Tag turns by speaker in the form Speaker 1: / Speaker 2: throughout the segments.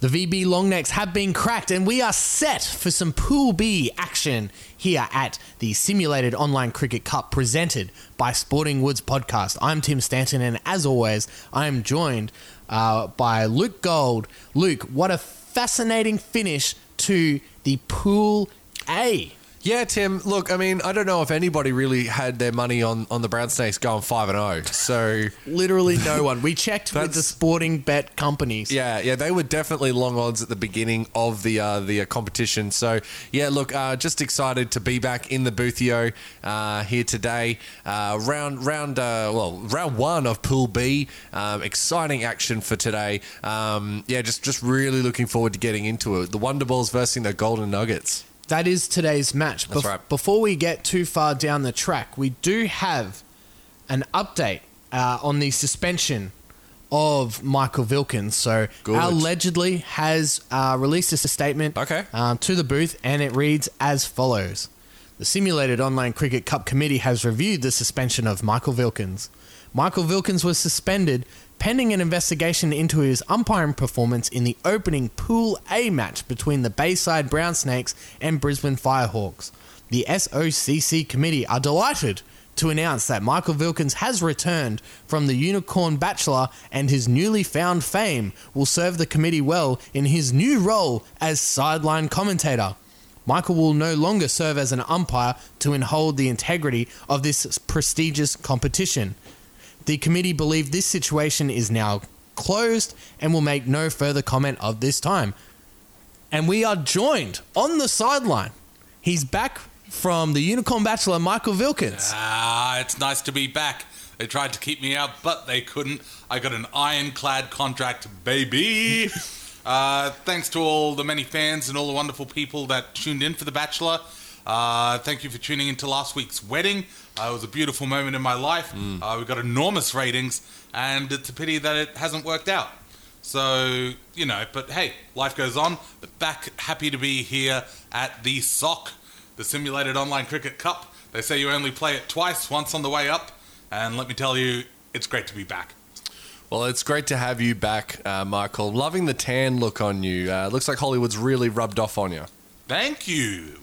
Speaker 1: The VB long necks have been cracked, and we are set for some Pool B action here at the Simulated Online Cricket Cup presented by Sporting Woods Podcast. I'm Tim Stanton, and as always, I am joined uh, by Luke Gold. Luke, what a fascinating finish to the Pool A.
Speaker 2: Yeah, Tim. Look, I mean, I don't know if anybody really had their money on, on the Brown Snakes going five and zero. So
Speaker 1: Literally no one. We checked with
Speaker 2: That's-
Speaker 1: the sporting bet companies.
Speaker 2: yeah, yeah, they were definitely long odds at the beginning of the uh, the uh, competition. So yeah, look, uh, just excited to be back in the boothio uh, here today. Uh, round round uh, well round one of Pool B. Um, exciting action for today. Um, yeah, just just really looking forward to getting into it. The Wonder Balls versus the Golden Nuggets.
Speaker 1: That is today's match.
Speaker 2: That's right.
Speaker 1: Before we get too far down the track, we do have an update uh, on the suspension of Michael Vilkins. So,
Speaker 2: Good.
Speaker 1: allegedly has uh, released a statement
Speaker 2: Okay.
Speaker 1: um, to the booth, and it reads as follows The Simulated Online Cricket Cup Committee has reviewed the suspension of Michael Vilkins. Michael Vilkins was suspended pending an investigation into his umpiring performance in the opening Pool A match between the Bayside Brown Snakes and Brisbane Firehawks. The SOCC committee are delighted to announce that Michael Vilkins has returned from the Unicorn Bachelor and his newly found fame will serve the committee well in his new role as sideline commentator. Michael will no longer serve as an umpire to uphold the integrity of this prestigious competition. The committee believe this situation is now closed and will make no further comment of this time. And we are joined on the sideline. He's back from the Unicorn Bachelor, Michael Vilkins.
Speaker 3: Ah, it's nice to be back. They tried to keep me out, but they couldn't. I got an ironclad contract, baby. uh, thanks to all the many fans and all the wonderful people that tuned in for The Bachelor. Uh, thank you for tuning into last week's wedding. Uh, it was a beautiful moment in my life. Uh, we got enormous ratings, and it's a pity that it hasn't worked out. So, you know, but hey, life goes on. Back happy to be here at the SOC the simulated online cricket cup. They say you only play it twice, once on the way up, and let me tell you, it's great to be back.
Speaker 2: Well, it's great to have you back, uh, Michael. Loving the tan look on you. Uh, looks like Hollywood's really rubbed off on you.
Speaker 3: Thank you.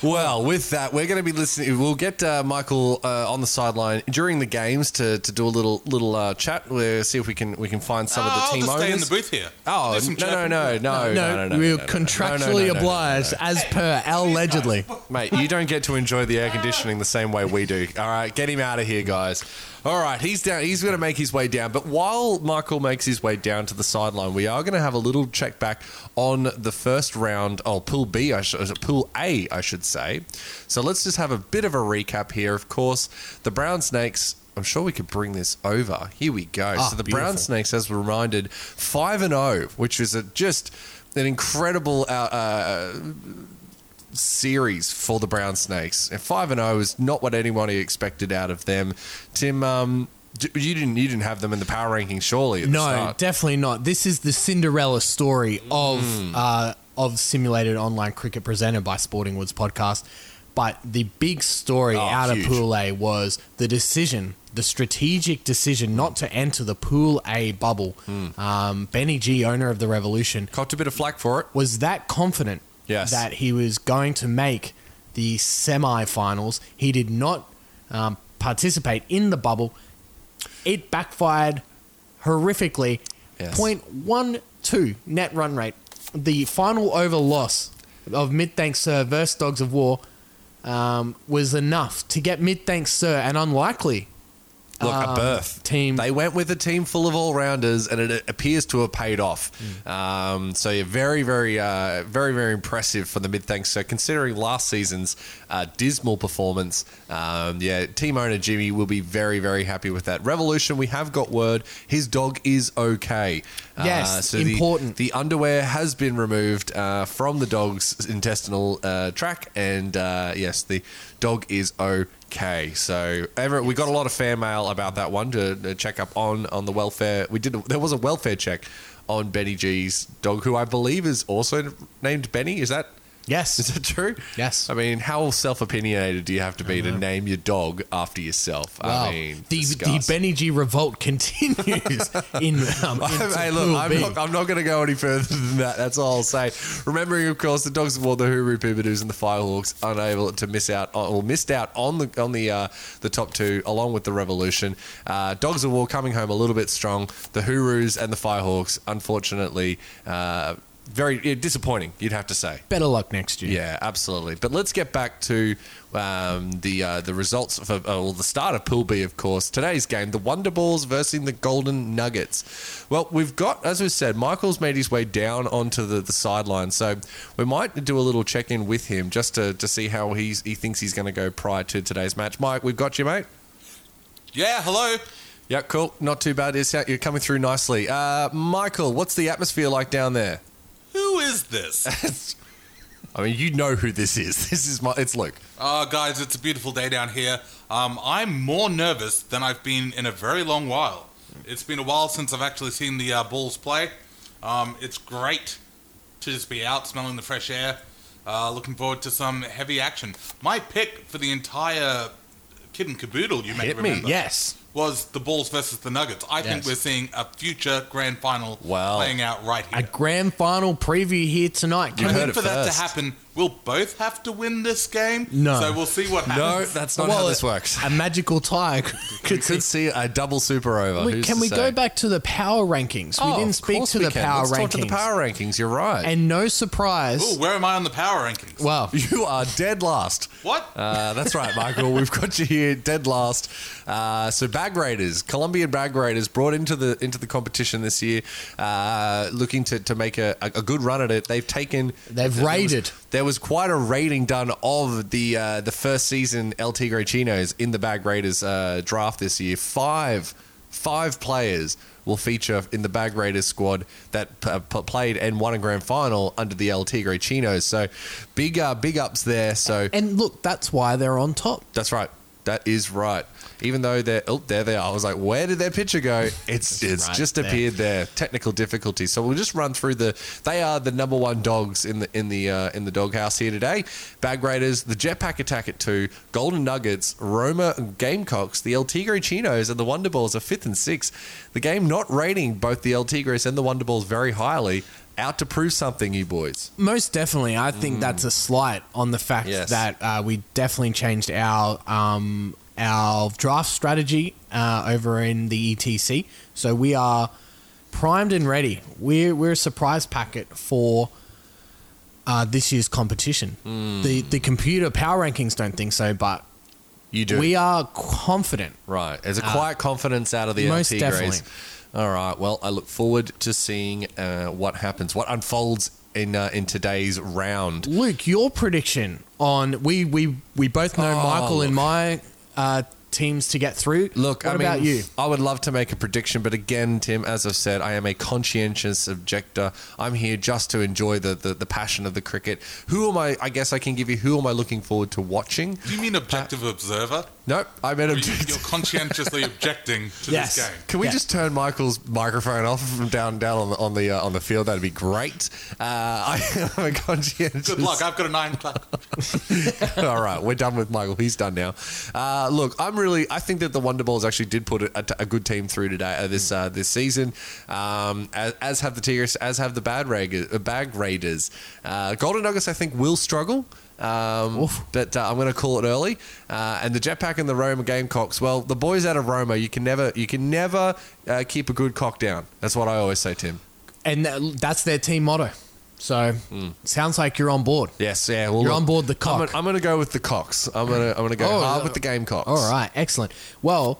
Speaker 2: Well, with that, we're going to be listening. We'll get uh, Michael uh, on the sideline during the games to, to do a little little uh, chat. We'll see if we can we can find some
Speaker 3: Ah,
Speaker 2: of the
Speaker 3: I'll
Speaker 2: team
Speaker 3: just
Speaker 2: owners.
Speaker 3: stay in the booth here.
Speaker 2: Oh
Speaker 3: Do some
Speaker 2: no, no,
Speaker 3: chirping.
Speaker 2: no, no, no, Oh, no, no, no,
Speaker 1: we're
Speaker 2: no, no,
Speaker 1: contractually
Speaker 2: no, no, no, no,
Speaker 1: obliged,
Speaker 2: no,
Speaker 1: as per allegedly.
Speaker 2: no. mate. You don't get to enjoy the air conditioning the same way we do. All right, get him out of here, guys. All right, he's down. He's going to make his way down. But while Michael makes his way down to the sideline, we are going to have a little check back on the first round. Oh, Pool B, I sh- uh, Pool A, I should say. So let's just have a bit of a recap here. Of course, the Brown Snakes. I'm sure we could bring this over. Here we go.
Speaker 1: Ah,
Speaker 2: so the
Speaker 1: beautiful.
Speaker 2: Brown Snakes, as we're reminded, five and zero, which is a, just an incredible uh, uh, series for the Brown Snakes. And five and zero is not what anybody expected out of them. Tim, um, d- you didn't you didn't have them in the power ranking, surely? At
Speaker 1: No,
Speaker 2: the start.
Speaker 1: definitely not. This is the Cinderella story of
Speaker 2: Mm.
Speaker 1: uh, of simulated online cricket presented by Sporting Woods Podcast. But the big story
Speaker 2: Oh,
Speaker 1: out
Speaker 2: huge.
Speaker 1: of Pool A was the decision, the strategic decision not to enter the Pool A bubble.
Speaker 2: Hmm.
Speaker 1: Um, Benny G, owner of the Revolution,
Speaker 2: copped a bit of flack for it.
Speaker 1: was that confident
Speaker 2: Yes.
Speaker 1: that he was going to make the semi-finals. He did not um, participate in the bubble. It backfired horrifically.
Speaker 2: Yes.
Speaker 1: 0.12 net run rate. The final over loss of Mid Thanks Sir versus Dogs of War um, was enough to get Mid Thanks Sir an unlikely
Speaker 2: Look, a
Speaker 1: um,
Speaker 2: berth
Speaker 1: team.
Speaker 2: They went with a team full of all rounders, and it appears to have paid off. Um, so, yeah, very, very, uh, very, very impressive for the mid thanks. So, considering last season's uh, dismal performance, um, yeah, team owner Jimmy will be very, very happy with that. Revolution, we have got word his dog is okay.
Speaker 1: Yes,
Speaker 2: Uh, the-
Speaker 1: important.
Speaker 2: The, underwear has been removed uh, from the dog's intestinal uh, tract, and uh, yes, the dog is okay. So, Everett, we got a lot of fan mail about that one to, to check up on on the welfare. We did. There was a welfare check on Benny G's dog, who I believe is also named Benny. Is that
Speaker 1: Yes.
Speaker 2: Is that true?
Speaker 1: Yes. Uh-huh.
Speaker 2: I mean, how self opinionated do you have to be to name your dog after yourself?
Speaker 1: Wow.
Speaker 2: I mean,
Speaker 1: the, the
Speaker 2: disgust.
Speaker 1: Benny G revolt continues in. Um, in
Speaker 2: hey, look, I'm not, I'm not going to go any further than that. That's all I'll say. Remembering, of course, the dogs of war, the Hooroo Poobadoos, and the Firehawks, unable to miss out on, or missed out on the on the uh, the top two, along with the Revolution. Uh, dogs of war coming home a little bit strong. The Hooroos and the Firehawks, unfortunately, uh, very yeah, disappointing. You'd have to say.
Speaker 1: Better luck next year.
Speaker 2: Yeah, absolutely. But let's get back to um, the uh, the results for uh, well, the start of Pool B, of course. Today's game: the Wonder Balls versus the Golden Nuggets. Well, we've got, as we said, Michael's made his way down onto the, the sideline, so we might do a little check in with him just to, to see how he's, he thinks he's going to go prior to today's match. Mike, we've got you, mate.
Speaker 3: Yeah, hello.
Speaker 2: Yep, cool. Not too bad. It's- You're coming through nicely. Uh, Michael, what's the atmosphere like down there?
Speaker 3: Who is this?
Speaker 2: I mean, you know who this is. This is my. It's Luke.
Speaker 3: Oh, guys, it's a beautiful day down here. Um, I'm more nervous than I've been in a very long while. It's been a while since I've actually seen the uh, Bulls play. Um, it's great to just be out smelling the fresh air. Uh, looking forward to some heavy action. My pick for the entire kid and caboodle, you may
Speaker 2: Hit me.
Speaker 3: remember,
Speaker 1: Yes.
Speaker 3: was the Bulls versus the Nuggets. I
Speaker 1: Yes.
Speaker 3: think we're seeing a future grand final
Speaker 2: Wow.
Speaker 3: playing out right here.
Speaker 1: A grand final preview here tonight.
Speaker 2: You
Speaker 1: Can
Speaker 2: heard
Speaker 1: we-
Speaker 2: it
Speaker 3: for that to
Speaker 2: first.
Speaker 3: happen, we'll both have to win this game.
Speaker 1: No.
Speaker 3: So we'll see what
Speaker 2: No,
Speaker 3: happens.
Speaker 2: that's not
Speaker 1: Well,
Speaker 2: how this works.
Speaker 1: a magical tie could,
Speaker 2: Could, could see a double super over.
Speaker 1: Wait,
Speaker 2: Who's
Speaker 1: can
Speaker 2: to
Speaker 1: we go
Speaker 2: say?
Speaker 1: back to the power rankings?
Speaker 2: Oh,
Speaker 1: we didn't
Speaker 2: of
Speaker 1: speak
Speaker 2: course
Speaker 1: to
Speaker 2: we
Speaker 1: the
Speaker 2: can.
Speaker 1: power
Speaker 2: Let's
Speaker 1: rankings.
Speaker 2: Talk to the power rankings. You're right.
Speaker 1: And no surprise.
Speaker 3: Ooh, where am I on the power rankings?
Speaker 1: well,
Speaker 2: you are dead last.
Speaker 3: What?
Speaker 2: Uh, that's right, Michael. We've got you here, dead last. Uh, so bag raiders, Colombian bag raiders, brought into the into the competition this year, uh, looking to, to make a, a, a good run at it. They've taken
Speaker 1: They've
Speaker 2: there was-
Speaker 1: raided.
Speaker 2: there was quite a rating done of the uh, the first season El Tigre Chinos in the Bag Raiders uh, draft this year. Five five players will feature in the Bag Raiders squad that p- p- played and won a grand final under the El Tigre Chinos. So big uh, big ups there. So
Speaker 1: and look, that's why they're on top.
Speaker 2: that's right. That is right. Even though they're oh, there, they are. I was like, where did their picture go? It's it's
Speaker 1: right
Speaker 2: just
Speaker 1: there.
Speaker 2: appeared there. Technical difficulties. So we'll just run through the. They are the number one dogs in the in the uh, in the doghouse here today. Bag Raiders, the Jetpack Attack at two, Golden Nuggets, Roma Gamecocks, the El Tigre Chinos, and the Wonder Balls are fifth and sixth. The game not rating both the El Tigres and the Wonder Balls very highly. Out to prove something, you boys.
Speaker 1: Most definitely, I think that's a slight on the fact
Speaker 2: Yes.
Speaker 1: that uh, we definitely changed our um, our draft strategy uh, over in the ETC. So we are primed and ready. We're we're a surprise packet for uh, this year's competition. The the computer power rankings don't think so, but
Speaker 2: You do.
Speaker 1: we are confident.
Speaker 2: Right. There's a
Speaker 1: Uh,
Speaker 2: quiet confidence out of the
Speaker 1: most
Speaker 2: LT
Speaker 1: definitely.
Speaker 2: Greys. All right. Well, I look forward to seeing uh, what happens, what unfolds in uh, in today's round.
Speaker 1: Luke, your prediction on we we we both know
Speaker 2: Oh,
Speaker 1: Michael
Speaker 2: look.
Speaker 1: and my uh, teams to get through.
Speaker 2: Look,
Speaker 1: what
Speaker 2: I mean,
Speaker 1: about you?
Speaker 2: I would love to make a prediction, but again, Tim, as I've said, I am a conscientious objector. I'm here just to enjoy the, the, the passion of the cricket. Who am I? I guess I can give you who am I looking forward to watching?
Speaker 3: Do you mean objective
Speaker 1: uh,
Speaker 3: observer?
Speaker 2: Nope, I'm an
Speaker 3: Or you-
Speaker 2: objector.
Speaker 3: You're conscientiously objecting to
Speaker 1: Yes.
Speaker 3: this game.
Speaker 2: Can we
Speaker 1: Yeah.
Speaker 2: just turn Michael's microphone off from down down on the on the, uh, on the field? That'd be great. Uh, I am a conscientious.
Speaker 3: Good luck. I've got a nine o'clock.
Speaker 2: All right, we're done with Michael. He's done now. Uh, look, I'm really. I think that the Wonder Balls actually did put a, a good team through today uh, this uh, this season. Um, as, as have the Tigers, as have the Bad Raiders. Uh, bag Raiders. Uh, Golden Nuggets, I think, will struggle. Um,
Speaker 1: Oof.
Speaker 2: but uh, I'm going to call it early. Uh, and the Jetpack and the Roma Gamecocks. Well, the boys out of Roma, you can never, you can never uh, keep a good cock down. That's what I always say, Tim.
Speaker 1: and that, that's their team motto. So sounds like you're on board.
Speaker 2: Yes, yeah. Well,
Speaker 1: You're
Speaker 2: look,
Speaker 1: on board the
Speaker 2: I'm
Speaker 1: cock.
Speaker 2: gonna- I'm going to go with the cocks. I'm going to, I'm going to go
Speaker 1: Oh,
Speaker 2: hard
Speaker 1: uh,
Speaker 2: with the Gamecocks.
Speaker 1: All right, excellent. Well,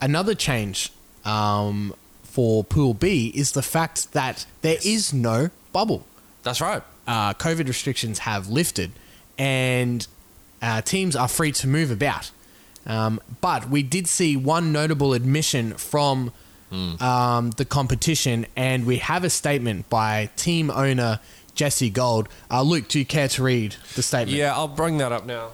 Speaker 1: another change um, for Pool B is the fact that there is no bubble.
Speaker 2: That's right.
Speaker 1: Uh, COVID restrictions have lifted, and uh, teams are free to move about. Um, but we did see one notable admission from
Speaker 2: Hmm.
Speaker 1: um, the competition, and we have a statement by team owner Jesse Gold. Uh, Luke, do you care to read the statement?
Speaker 2: Yeah, I'll bring that up now.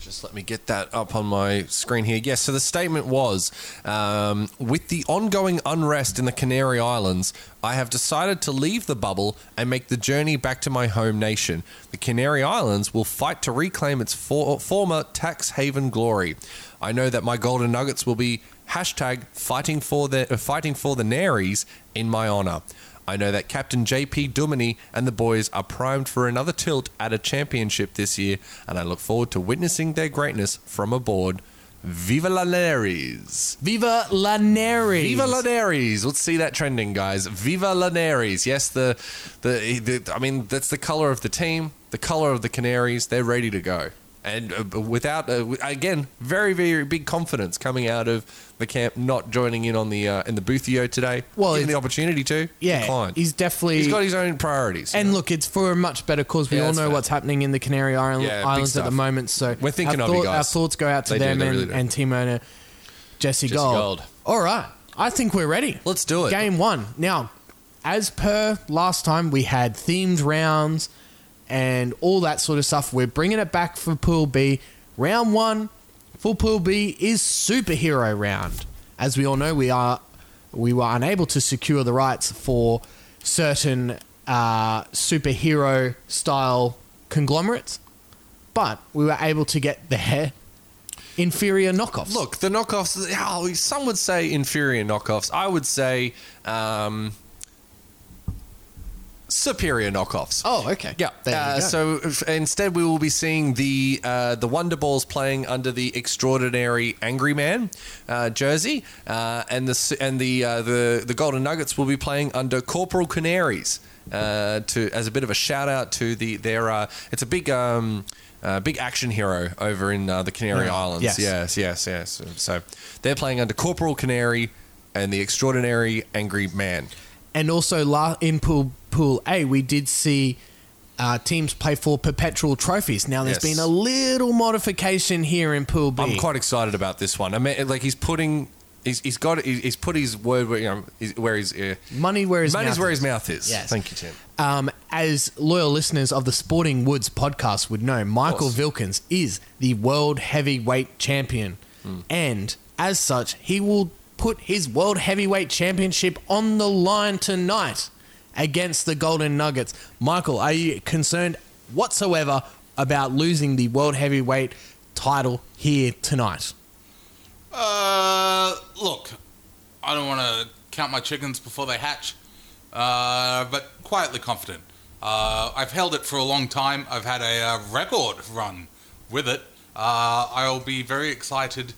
Speaker 2: Just let me get that up on my screen here. Yes, so the statement was um, with the ongoing unrest in the Canary Islands, I have decided to leave the bubble and make the journey back to my home nation. The Canary Islands will fight to reclaim its for- former tax haven glory. I know that my golden nuggets will be hashtag fighting for the uh, fighting for the Naries in my honor. I know that Captain JP Duminy and the boys are primed for another tilt at a championship this year, and I look forward to witnessing their greatness from aboard. Viva la Naries!
Speaker 1: Viva La Neri.
Speaker 2: Viva la Naries! Let's see that trending, guys. Viva la Naries! Yes, the, the the I mean that's the color of the team, the color of the Canaries. They're ready to go, and uh, without uh, again, very very big confidence coming out of the camp. Not joining in on the uh, in the Boothio today.
Speaker 1: Well,
Speaker 2: given the
Speaker 1: it's-
Speaker 2: opportunity to,
Speaker 1: Yeah,
Speaker 2: declined.
Speaker 1: he's definitely.
Speaker 2: He's got his own priorities.
Speaker 1: and look, it's for a much better cause. We
Speaker 2: Yeah,
Speaker 1: all
Speaker 2: that's
Speaker 1: know
Speaker 2: fair.
Speaker 1: what's happening in the Canary Isle-
Speaker 2: Yeah, big
Speaker 1: Islands at the
Speaker 2: stuff.
Speaker 1: moment. So
Speaker 2: We're thinking
Speaker 1: our
Speaker 2: of you
Speaker 1: thought- Our
Speaker 2: guys.
Speaker 1: thouts go out to
Speaker 2: They do,
Speaker 1: them
Speaker 2: they
Speaker 1: and,
Speaker 2: really do.
Speaker 1: and team owner Jesse,
Speaker 2: Jesse
Speaker 1: Gold.
Speaker 2: Gold.
Speaker 1: All right, I think we're ready.
Speaker 2: Let's do it.
Speaker 1: Game one now. As per last time, we had themed rounds and all that sort of stuff. We're bringing it back for Pool B. Round one for Pool B is superhero round. As we all know, we are we were unable to secure the rights for certain uh, superhero style conglomerates, but we were able to get their inferior knockoffs.
Speaker 2: Look, the knockoffs. Oh, some would say inferior knockoffs. I would say um, superior knockoffs.
Speaker 1: Oh, okay.
Speaker 2: Yeah.
Speaker 1: There you
Speaker 2: uh,
Speaker 1: go.
Speaker 2: So if, instead, we will be seeing the uh, the Wonder Balls playing under the extraordinary Angry Man uh, jersey, uh, and the s- and the uh, the the Golden Nuggets will be playing under Corporal Canaries. Uh, to as a bit of a shout out to the their uh, it's a big um, uh, big action hero over in uh, the Canary
Speaker 1: Yeah.
Speaker 2: Islands.
Speaker 1: Yes.
Speaker 2: yes, yes, yes. So they're playing under Corporal Canary and the extraordinary Angry Man.
Speaker 1: and also la- in pool pool A, we did see uh, teams play for perpetual trophies. Now there's
Speaker 2: Yes.
Speaker 1: been a little modification here in pool B.
Speaker 2: I'm quite excited about this one. I mean, like he's putting, he's, he's got, he's he's put his word where you know, he's- where his uh,
Speaker 1: money where his
Speaker 2: money's
Speaker 1: mouth
Speaker 2: where
Speaker 1: is.
Speaker 2: his mouth is.
Speaker 1: Yes.
Speaker 2: Thank you, Tim.
Speaker 1: Um, as loyal listeners of the Sporting Woods podcast would know, Michael
Speaker 2: course.
Speaker 1: Vilkins is the world heavyweight champion, and as such, he will put his world heavyweight championship on the line tonight against the Golden Nuggets. Michael, are you concerned whatsoever about losing the world heavyweight title here tonight?
Speaker 3: Uh, look, I don't want to count my chickens before they hatch, uh, but quietly confident. Uh, I've held it for a long time. I've had a uh, record run with it. Uh, I'll be very excited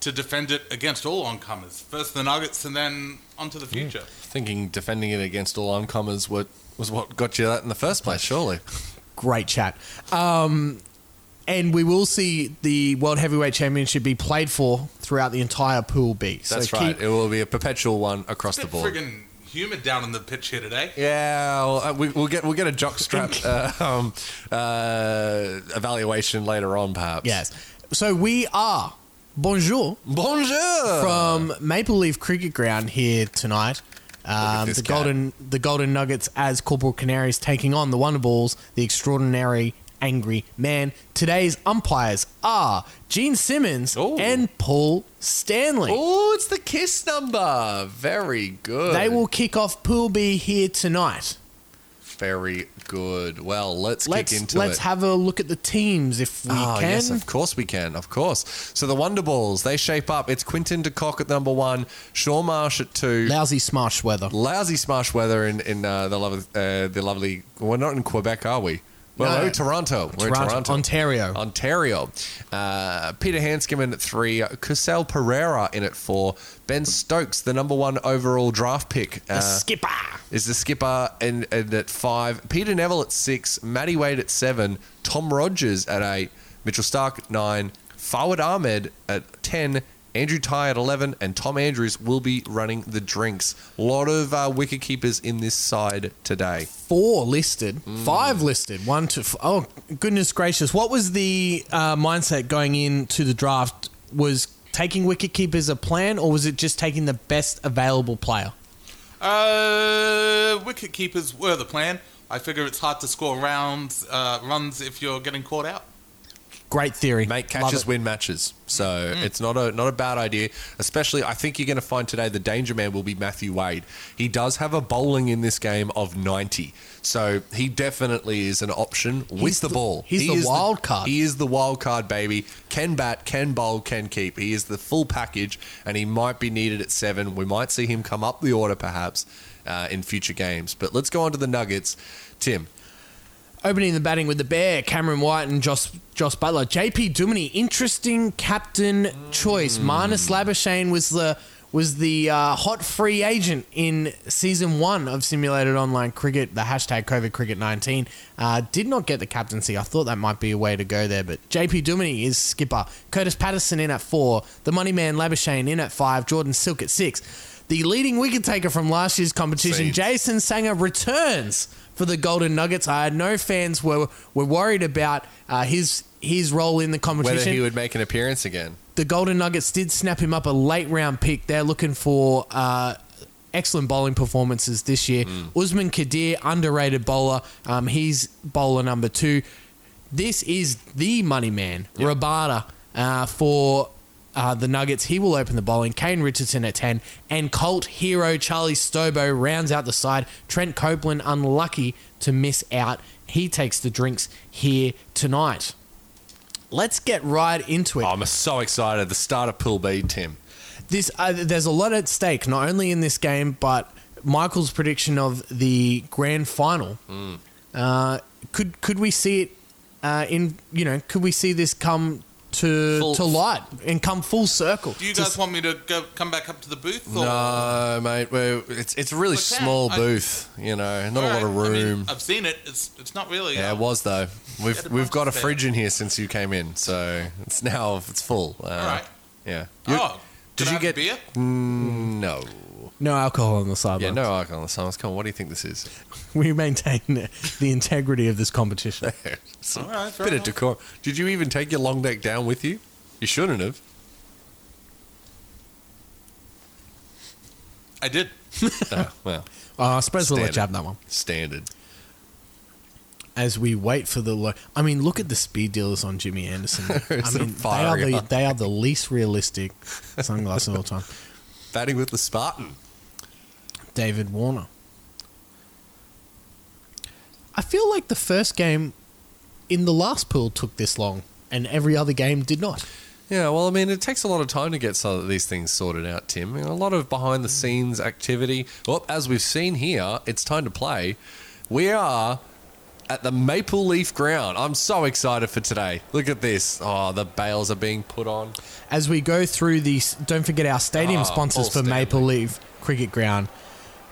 Speaker 3: to defend it against all oncomers. First the Nuggets, and then onto
Speaker 1: Hmm.
Speaker 3: the future.
Speaker 2: Thinking defending it against all oncomers what was what got you that in the first place, surely.
Speaker 1: great chat. Um, and we will see the World Heavyweight Championship be played for throughout the entire Pool B. So
Speaker 2: That's
Speaker 1: keep-
Speaker 2: right. It will be a perpetual one across
Speaker 3: It's
Speaker 2: the
Speaker 3: a bit
Speaker 2: board.
Speaker 3: friggin' humid down in the pitch here today.
Speaker 2: Yeah, well, uh, we, we'll get we'll get a jockstrap uh, um, uh, evaluation later on, perhaps.
Speaker 1: Yes. So we are bonjour
Speaker 2: Bonjour.
Speaker 1: from Maple Leaf Cricket Ground here tonight.
Speaker 2: at
Speaker 1: Um,
Speaker 2: this
Speaker 1: the
Speaker 2: cat.
Speaker 1: golden the golden nuggets as Corporal Canaries taking on the Wonder Balls, the extraordinary angry man. Today's umpires are Gene Simmons
Speaker 2: Ooh.
Speaker 1: and Paul Stanley.
Speaker 2: oh, it's the kiss number. Very good.
Speaker 1: They will kick off Pool B here tonight.
Speaker 2: Very good. Well, let's,
Speaker 1: let's
Speaker 2: kick into
Speaker 1: let's
Speaker 2: it.
Speaker 1: have a look at the teams if we
Speaker 2: Ah,
Speaker 1: can.
Speaker 2: yes, of course we can, of course. So the Wonder Balls, they shape up. It's Quinton de Kock at number one, Shaw Marsh at two,
Speaker 1: Lousy smash weather.
Speaker 2: lousy smash weather in, in uh, the, lov- uh, the lovely. We're not in Quebec, are we? Well,
Speaker 1: No.
Speaker 2: no, Toronto. We're in
Speaker 1: Toronto,
Speaker 2: Toronto. Oh,
Speaker 1: Ontario.
Speaker 2: Ontario. Uh, Peter Hanscom in at three, Cassell Pereira in at four, Ben Stokes, the number one overall draft pick.
Speaker 1: the
Speaker 2: uh,
Speaker 1: skipper.
Speaker 2: is the skipper and, and at five, Peter Neville at six, Matty Wade at seven, Tom Rogers at eight, Mitchell Stark at nine, Fawad Ahmed at ten, Andrew Ty at eleven, and Tom Andrews will be running the drinks. A lot of uh, wicket keepers in this side today.
Speaker 1: Four listed,
Speaker 2: Mm.
Speaker 1: five listed, one to. F- oh, goodness gracious. What was the uh, mindset going into the draft? Was taking wicketkeepers a plan, or was it just taking the best available player?
Speaker 3: Uh, wicket keepers were the plan. I figure it's hard to score rounds, uh, runs if you're getting caught out.
Speaker 1: Great theory.
Speaker 2: Make
Speaker 1: Love
Speaker 2: catches
Speaker 1: it.
Speaker 2: win matches, so it's not a not a bad idea. Especially, I think you're going to find today the danger man will be Matthew Wade. He does have a bowling in this game of 90, so he definitely is an option with the,
Speaker 1: the-
Speaker 2: ball.
Speaker 1: he's
Speaker 2: He
Speaker 1: the
Speaker 2: is
Speaker 1: wild card.
Speaker 2: He is the wild card, baby. Can bat, can bowl, can keep. He is the full package, and he might be needed at seven. We might see him come up the order perhaps uh, in future games. But let's go on to the Nuggets, Tim.
Speaker 1: Opening the batting with the bear, Cameron White and Josh Josh Butler. JP Duminy, interesting captain choice. Marnus Labuschagne was the was the uh, hot free agent in season one of simulated online cricket. The hashtag COVID cricket nineteen uh, did not get the captaincy. I thought that might be a way to go there, but JP Duminy is skipper. Curtis Patterson in at four. The money man Labuschagne in at five. Jordan Silk at six. The leading wicket taker from last year's competition,
Speaker 2: Seen.
Speaker 1: Jason Sanger, returns for the Golden Nuggets. I know fans were were worried about uh, his his role in the competition.
Speaker 2: Whether he would make an appearance again.
Speaker 1: the Golden Nuggets did snap him up a late round pick. They're looking for uh, excellent bowling performances this year. Usman Kadir, underrated bowler. Um, he's bowler number two. This is the money man, Rabada, uh, for uh, the Nuggets. He will open the bowling. Kane Richardson at 10. And Colt hero Charlie Stobo rounds out the side. Trent Copeland, unlucky to miss out. He takes the drinks here tonight. Let's get right into it
Speaker 2: Oh, I'm so excited. The start of Pool B, Tim.
Speaker 1: this uh, there's a lot at stake not only in this game but Michael's prediction of the grand final.
Speaker 2: Hmm.
Speaker 1: Uh, could could we see it uh, in you know could we see this come to
Speaker 2: Full-
Speaker 1: to light and come full circle?
Speaker 3: Do you
Speaker 1: To
Speaker 3: guys
Speaker 1: s-
Speaker 3: want me to go, come back up to the booth? Or?
Speaker 2: No, mate. We're, it's it's a really
Speaker 3: Look,
Speaker 2: small
Speaker 3: I-
Speaker 2: booth. You know, not
Speaker 3: All
Speaker 2: a lot
Speaker 3: right.
Speaker 2: of
Speaker 3: I mean,
Speaker 2: room.
Speaker 3: I've seen it. It's it's not really.
Speaker 2: yeah,
Speaker 3: uh,
Speaker 2: it was though. We've
Speaker 3: Yeah, the
Speaker 2: we've got a
Speaker 3: box is
Speaker 2: fridge in here since you came in, so it's now it's full. Uh,
Speaker 3: All right.
Speaker 2: Yeah. You-
Speaker 3: Oh,
Speaker 2: did
Speaker 3: did
Speaker 2: you
Speaker 3: you
Speaker 2: get-
Speaker 3: get beer?
Speaker 2: No.
Speaker 1: No alcohol on the sideline.
Speaker 2: Yeah, no alcohol on the signs. Come on, what do you think this is?
Speaker 1: We maintain the integrity of this competition.
Speaker 2: It's a
Speaker 3: All right, fair
Speaker 2: bit of
Speaker 3: enough.
Speaker 2: decor. Did you even take your long neck down with you? You shouldn't have.
Speaker 3: I did.
Speaker 2: Oh, well,
Speaker 1: Uh, I suppose we'll let you
Speaker 2: Standard.
Speaker 1: have that one
Speaker 2: standard.
Speaker 1: as we wait for the. Lo- I mean, look at the speed dealers on Jimmy Anderson. I
Speaker 2: It's a
Speaker 1: mean, they are
Speaker 2: fiery
Speaker 1: the,
Speaker 2: eye.
Speaker 1: they are the least realistic sunglasses of all time.
Speaker 2: Batting with the Spartan.
Speaker 1: David Warner. I feel like the first game in the last pool took this long, and every other game did not.
Speaker 2: Yeah, well, I mean, it takes a lot of time to get some of these things sorted out, Tim. You know, a lot of behind the scenes activity. Well, as we've seen here, it's time to play. We are at the Maple Leaf Ground. I'm so excited for today. Look at this. Oh, the bales are being put on.
Speaker 1: As we go through these, don't forget our stadium
Speaker 2: Ah,
Speaker 1: sponsors
Speaker 2: Paul
Speaker 1: for
Speaker 2: Stanley.
Speaker 1: Maple Leaf Cricket Ground.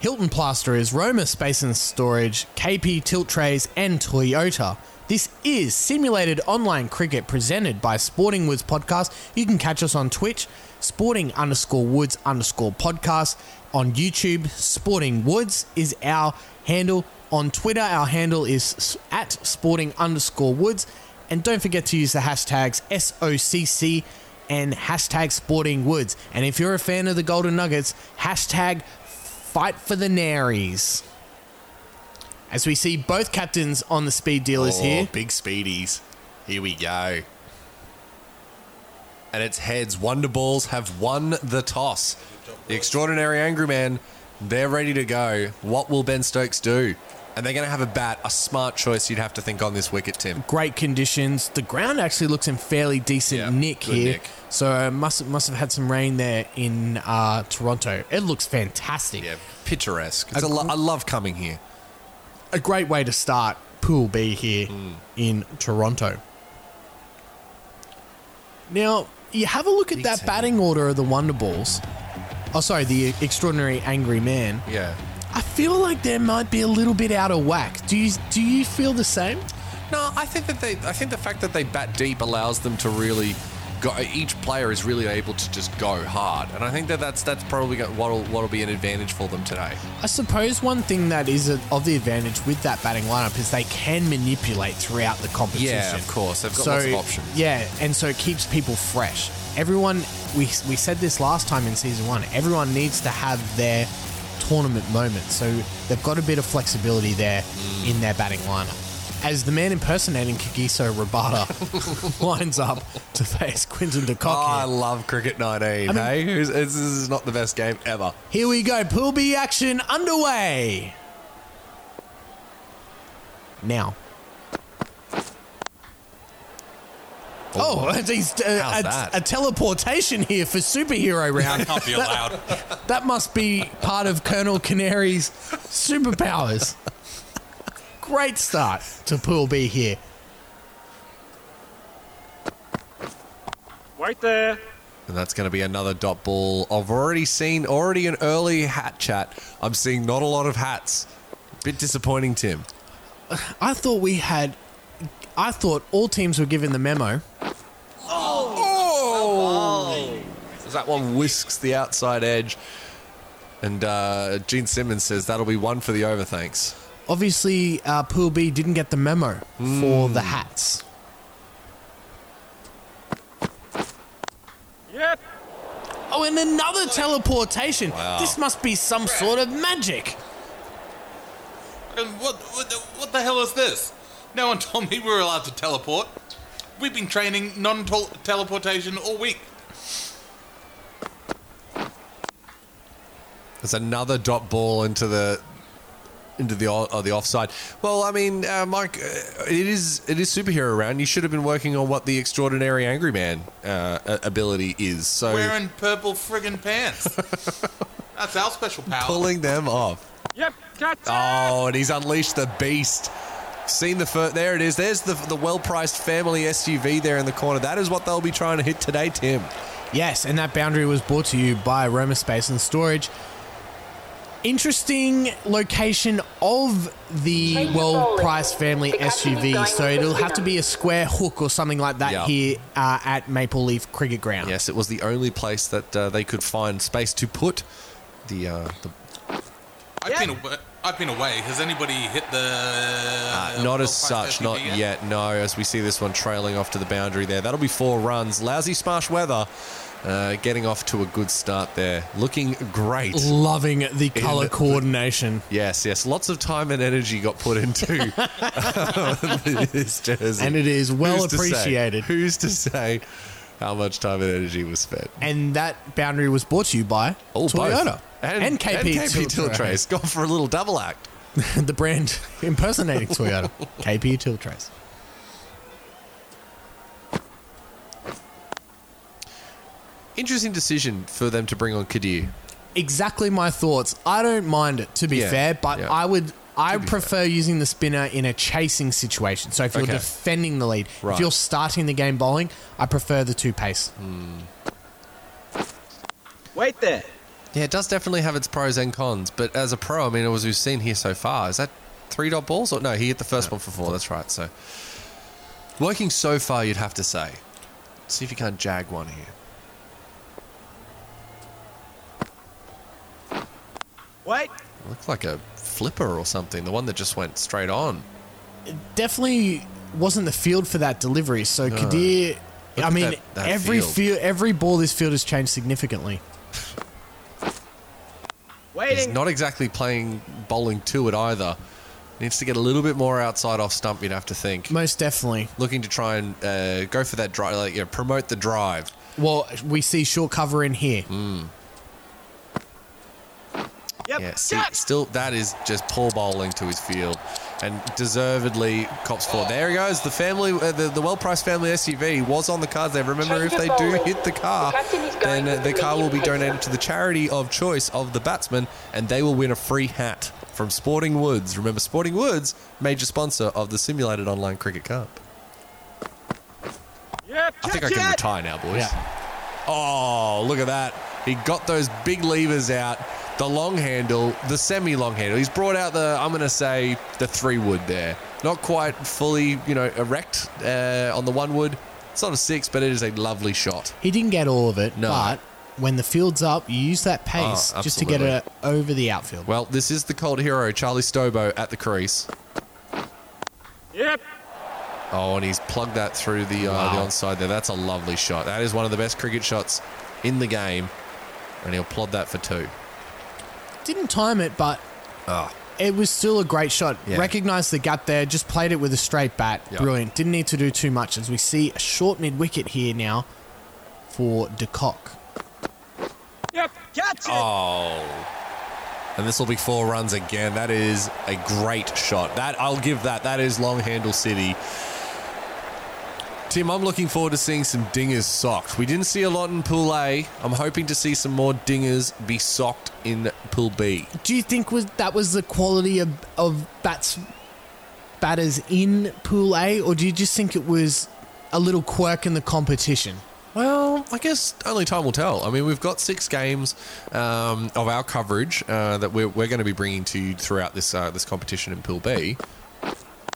Speaker 1: Hilton Plasterers, Roma Space and Storage, KP Tilt Trays, and Toyota. This is simulated online cricket presented by Sporting Woods Podcast. You can catch us on Twitch, sporting underscore woods underscore podcast. On YouTube, Sporting Woods is our handle. On Twitter, our handle is s- at sporting underscore woods. And don't forget to use the hashtags SOCC and hashtag sporting woods. And if you're a fan of the Golden Nuggets, hashtag fight for the Nares. As we see both captains on the speed dealers
Speaker 2: Oh,
Speaker 1: here.
Speaker 2: Big speedies. Here we go. And it's heads. Wonder Balls have won the toss. The extraordinary angry man, they're ready to go. What will Ben Stokes do? And they're going to have a bat, a smart choice you'd have to think on this wicket, Tim.
Speaker 1: Great conditions. The ground actually looks in fairly decent
Speaker 2: Yeah,
Speaker 1: nick
Speaker 2: good
Speaker 1: here.
Speaker 2: nick.
Speaker 1: So uh, must must have had some rain there in uh, Toronto. It looks fantastic.
Speaker 2: Yeah, picturesque. It's
Speaker 1: A
Speaker 2: a lo-
Speaker 1: gr-
Speaker 2: I love coming here.
Speaker 1: A great way to start Pool B here
Speaker 2: Mm.
Speaker 1: in Toronto. Now you have a look at
Speaker 2: Big
Speaker 1: that
Speaker 2: team.
Speaker 1: batting order of the Wonder Balls. Oh, sorry, the extraordinary angry man.
Speaker 2: Yeah.
Speaker 1: I feel like there might be a little bit out of whack. Do you do you feel the same?
Speaker 2: No, I think that they. I think the fact that they bat deep allows them to really. Go, each player is really able to just go hard, and I think that that's that's probably got- what'll what'll be an advantage for them today.
Speaker 1: I suppose one thing that is a, of the advantage with that batting lineup is they can manipulate throughout the competition.
Speaker 2: Yeah, of course. They've got lots of options.
Speaker 1: Yeah, and so it keeps people fresh. Everyone, we we said this last time in season one. Everyone needs to have their
Speaker 2: Mm.
Speaker 1: tournament moment, so they've got a bit of flexibility there in their batting lineup. as the man impersonating Kagiso Rabada lines up to face Quinton de
Speaker 2: Oh, I
Speaker 1: Kock.
Speaker 2: love Cricket 19.
Speaker 1: mean-
Speaker 2: hey, Who's, this is not the best game ever.
Speaker 1: Here we go, pool B action underway. Now. Oh, it's, uh,
Speaker 2: How's
Speaker 1: a,
Speaker 2: that?
Speaker 1: a teleportation here for superhero
Speaker 3: I
Speaker 1: round.
Speaker 3: can't be allowed.
Speaker 1: That must be part of Colonel Canary's superpowers. Great start to Pool B here.
Speaker 4: Wait there.
Speaker 2: And that's going to be another dot ball. I've already seen, already an early hat chat. I'm seeing not a lot of hats. Bit disappointing, Tim.
Speaker 1: I thought we had. I thought all teams were given the memo.
Speaker 2: As that one whisks the outside edge. And uh, Gene Simmons says that'll be one for the over, thanks.
Speaker 1: Obviously, uh, Pool B didn't get the memo for
Speaker 2: Hmm.
Speaker 1: the hats.
Speaker 4: Yep.
Speaker 1: Oh, and another teleportation.
Speaker 2: Wow.
Speaker 1: This must be some sort of magic.
Speaker 3: And what, what, the, what the hell is this? No one told me we were allowed to teleport. We've been training non teleportation all week.
Speaker 2: There's another dot ball into the into the o- uh, the offside. Well, I mean, uh, Mike, uh, it is it is superhero round. You should have been working on what the extraordinary angry man uh, a- ability is. So
Speaker 3: Wearing purple friggin' pants. That's our special power.
Speaker 2: pulling them off.
Speaker 4: Yep. Cut.
Speaker 2: Oh, and he's unleashed the beast. Seen the fir- there it is. There's the the well priced family SUV there in the corner. That is what they'll be trying to hit today, Tim.
Speaker 1: Yes, and that boundary was brought to you by Roma Space and Storage. Interesting location of the
Speaker 5: Change
Speaker 1: well
Speaker 5: bowling.
Speaker 1: priced family
Speaker 5: The captain is
Speaker 1: SUV,
Speaker 5: going
Speaker 1: so
Speaker 5: for
Speaker 1: it'll have
Speaker 5: dinner.
Speaker 1: to be a square hook or something like that
Speaker 2: Yeah.
Speaker 1: here uh, at Maple Leaf Cricket Ground.
Speaker 2: Yes, it was the only place that uh, they could find space to put the uh, the
Speaker 3: I've, been away, I've been away. Has anybody hit the.
Speaker 2: Uh, not as
Speaker 3: well-priced
Speaker 2: such, not
Speaker 3: SUV
Speaker 2: yet? No, as we see this one trailing off to the boundary there. That'll be four runs. Lousy, sparsh weather. Uh, getting off to a good start there. Looking great.
Speaker 1: Loving the color
Speaker 2: it-
Speaker 1: coordination.
Speaker 2: Yes, yes. Lots of time and energy got put into this jersey.
Speaker 1: And it is well
Speaker 2: Who's to say?
Speaker 1: appreciated.
Speaker 2: Who's to say how much time and energy was spent?
Speaker 1: And that boundary was brought to you by
Speaker 2: Oh, both.
Speaker 1: Toyota
Speaker 2: And, and KP, Tiltrace. Gone for a little double act.
Speaker 1: the brand impersonating Toyota, KP Tiltrace.
Speaker 2: Interesting decision for them to bring on Kadir.
Speaker 1: exactly my thoughts. I don't mind it, to be
Speaker 2: Yeah,
Speaker 1: fair, but
Speaker 2: yeah.
Speaker 1: I would. I
Speaker 2: be
Speaker 1: prefer using the spinner in a chasing situation. So if you're
Speaker 2: Okay.
Speaker 1: defending the lead,
Speaker 2: Right. Mm.
Speaker 1: if you're starting the game bowling, I prefer the two pace.
Speaker 4: Wait there.
Speaker 2: Yeah, it does definitely have its pros and cons, but as a pro, I mean, as we've seen here so far, is that three dot balls or no? He hit the first one for four. That's right. So working so far, you'd have to say. See if you can't jag one here.
Speaker 4: Wait.
Speaker 2: Looked like a flipper or something. The one that just went straight on.
Speaker 1: Definitely wasn't the field for that delivery. So Kadir,
Speaker 2: Look
Speaker 1: I
Speaker 2: at
Speaker 1: mean,
Speaker 2: that- that
Speaker 1: every
Speaker 2: field.
Speaker 1: field, every ball this field has changed significantly.
Speaker 2: He's
Speaker 4: Waiting.
Speaker 2: not exactly playing bowling to it either. Needs to get a little bit more outside off stump. You'd have to think.
Speaker 1: Most definitely.
Speaker 2: Looking to try and uh, go for that drive, like you know, promote the drive.
Speaker 1: Well, we see short cover in here.
Speaker 4: yep.
Speaker 2: Yeah, see,
Speaker 4: Cut.
Speaker 2: still, that is just poor bowling to his field, and deservedly cops for. There he goes. The family, uh, the, the well-priced family SUV was on the cards. There. Remember, if
Speaker 5: Change of
Speaker 2: they do
Speaker 5: bowling.
Speaker 2: hit the car,
Speaker 5: The captain is
Speaker 2: then
Speaker 5: going
Speaker 2: uh,
Speaker 5: to
Speaker 2: the
Speaker 5: the
Speaker 2: car will be
Speaker 5: medium pacer.
Speaker 2: donated to the charity of choice of the batsman, and they will win a free hat from Sporting Woods. Remember, Sporting Woods, major sponsor of the simulated online cricket cup.
Speaker 4: Yep.
Speaker 2: I
Speaker 4: Cut.
Speaker 2: think I can
Speaker 4: Cut.
Speaker 2: retire now, boys.
Speaker 1: Yeah.
Speaker 2: Oh, look at that. He got those big levers out, the long handle, the semi long handle. He's brought out the, I'm going to say, the three wood there. Not quite fully, you know, erect uh, on the one wood. It's not a six, but it is a lovely shot.
Speaker 1: He didn't get all of it,
Speaker 2: No. Oh,
Speaker 1: but when the field's up, you use that pace just to get
Speaker 2: absolutely.
Speaker 1: it over the outfield.
Speaker 2: Well, this is the cold hero, Charlie Stobo, at the crease.
Speaker 4: Yep.
Speaker 2: Oh, and he's plugged that through the, uh, the onside there. That's a lovely shot. That is one of the best cricket shots in the game. And he'll plod that for two.
Speaker 1: Didn't time it, but it was still a great shot.
Speaker 2: Ah. Yeah.
Speaker 1: Recognised the gap there, just played it with a straight bat.
Speaker 2: Yeah.
Speaker 1: Brilliant. Didn't need to do too much as we see a short mid wicket here now for De Kock.
Speaker 4: Yep. Catch it.
Speaker 2: Oh. And this will be four runs again. That is a great shot. That I'll give that. That is long handle city. Tim, I'm looking forward to seeing some dingers socked. We didn't see a lot in Pool A. I'm hoping to see some more dingers be socked in Pool B.
Speaker 1: Do you think was that was the quality of, of bats batters in Pool A, or do you just think it was a little quirk in the competition?
Speaker 2: Well, I guess only time will tell. I mean, we've got six games um, of our coverage uh, that we're, we're going to be bringing to you throughout this uh, this competition in Pool B.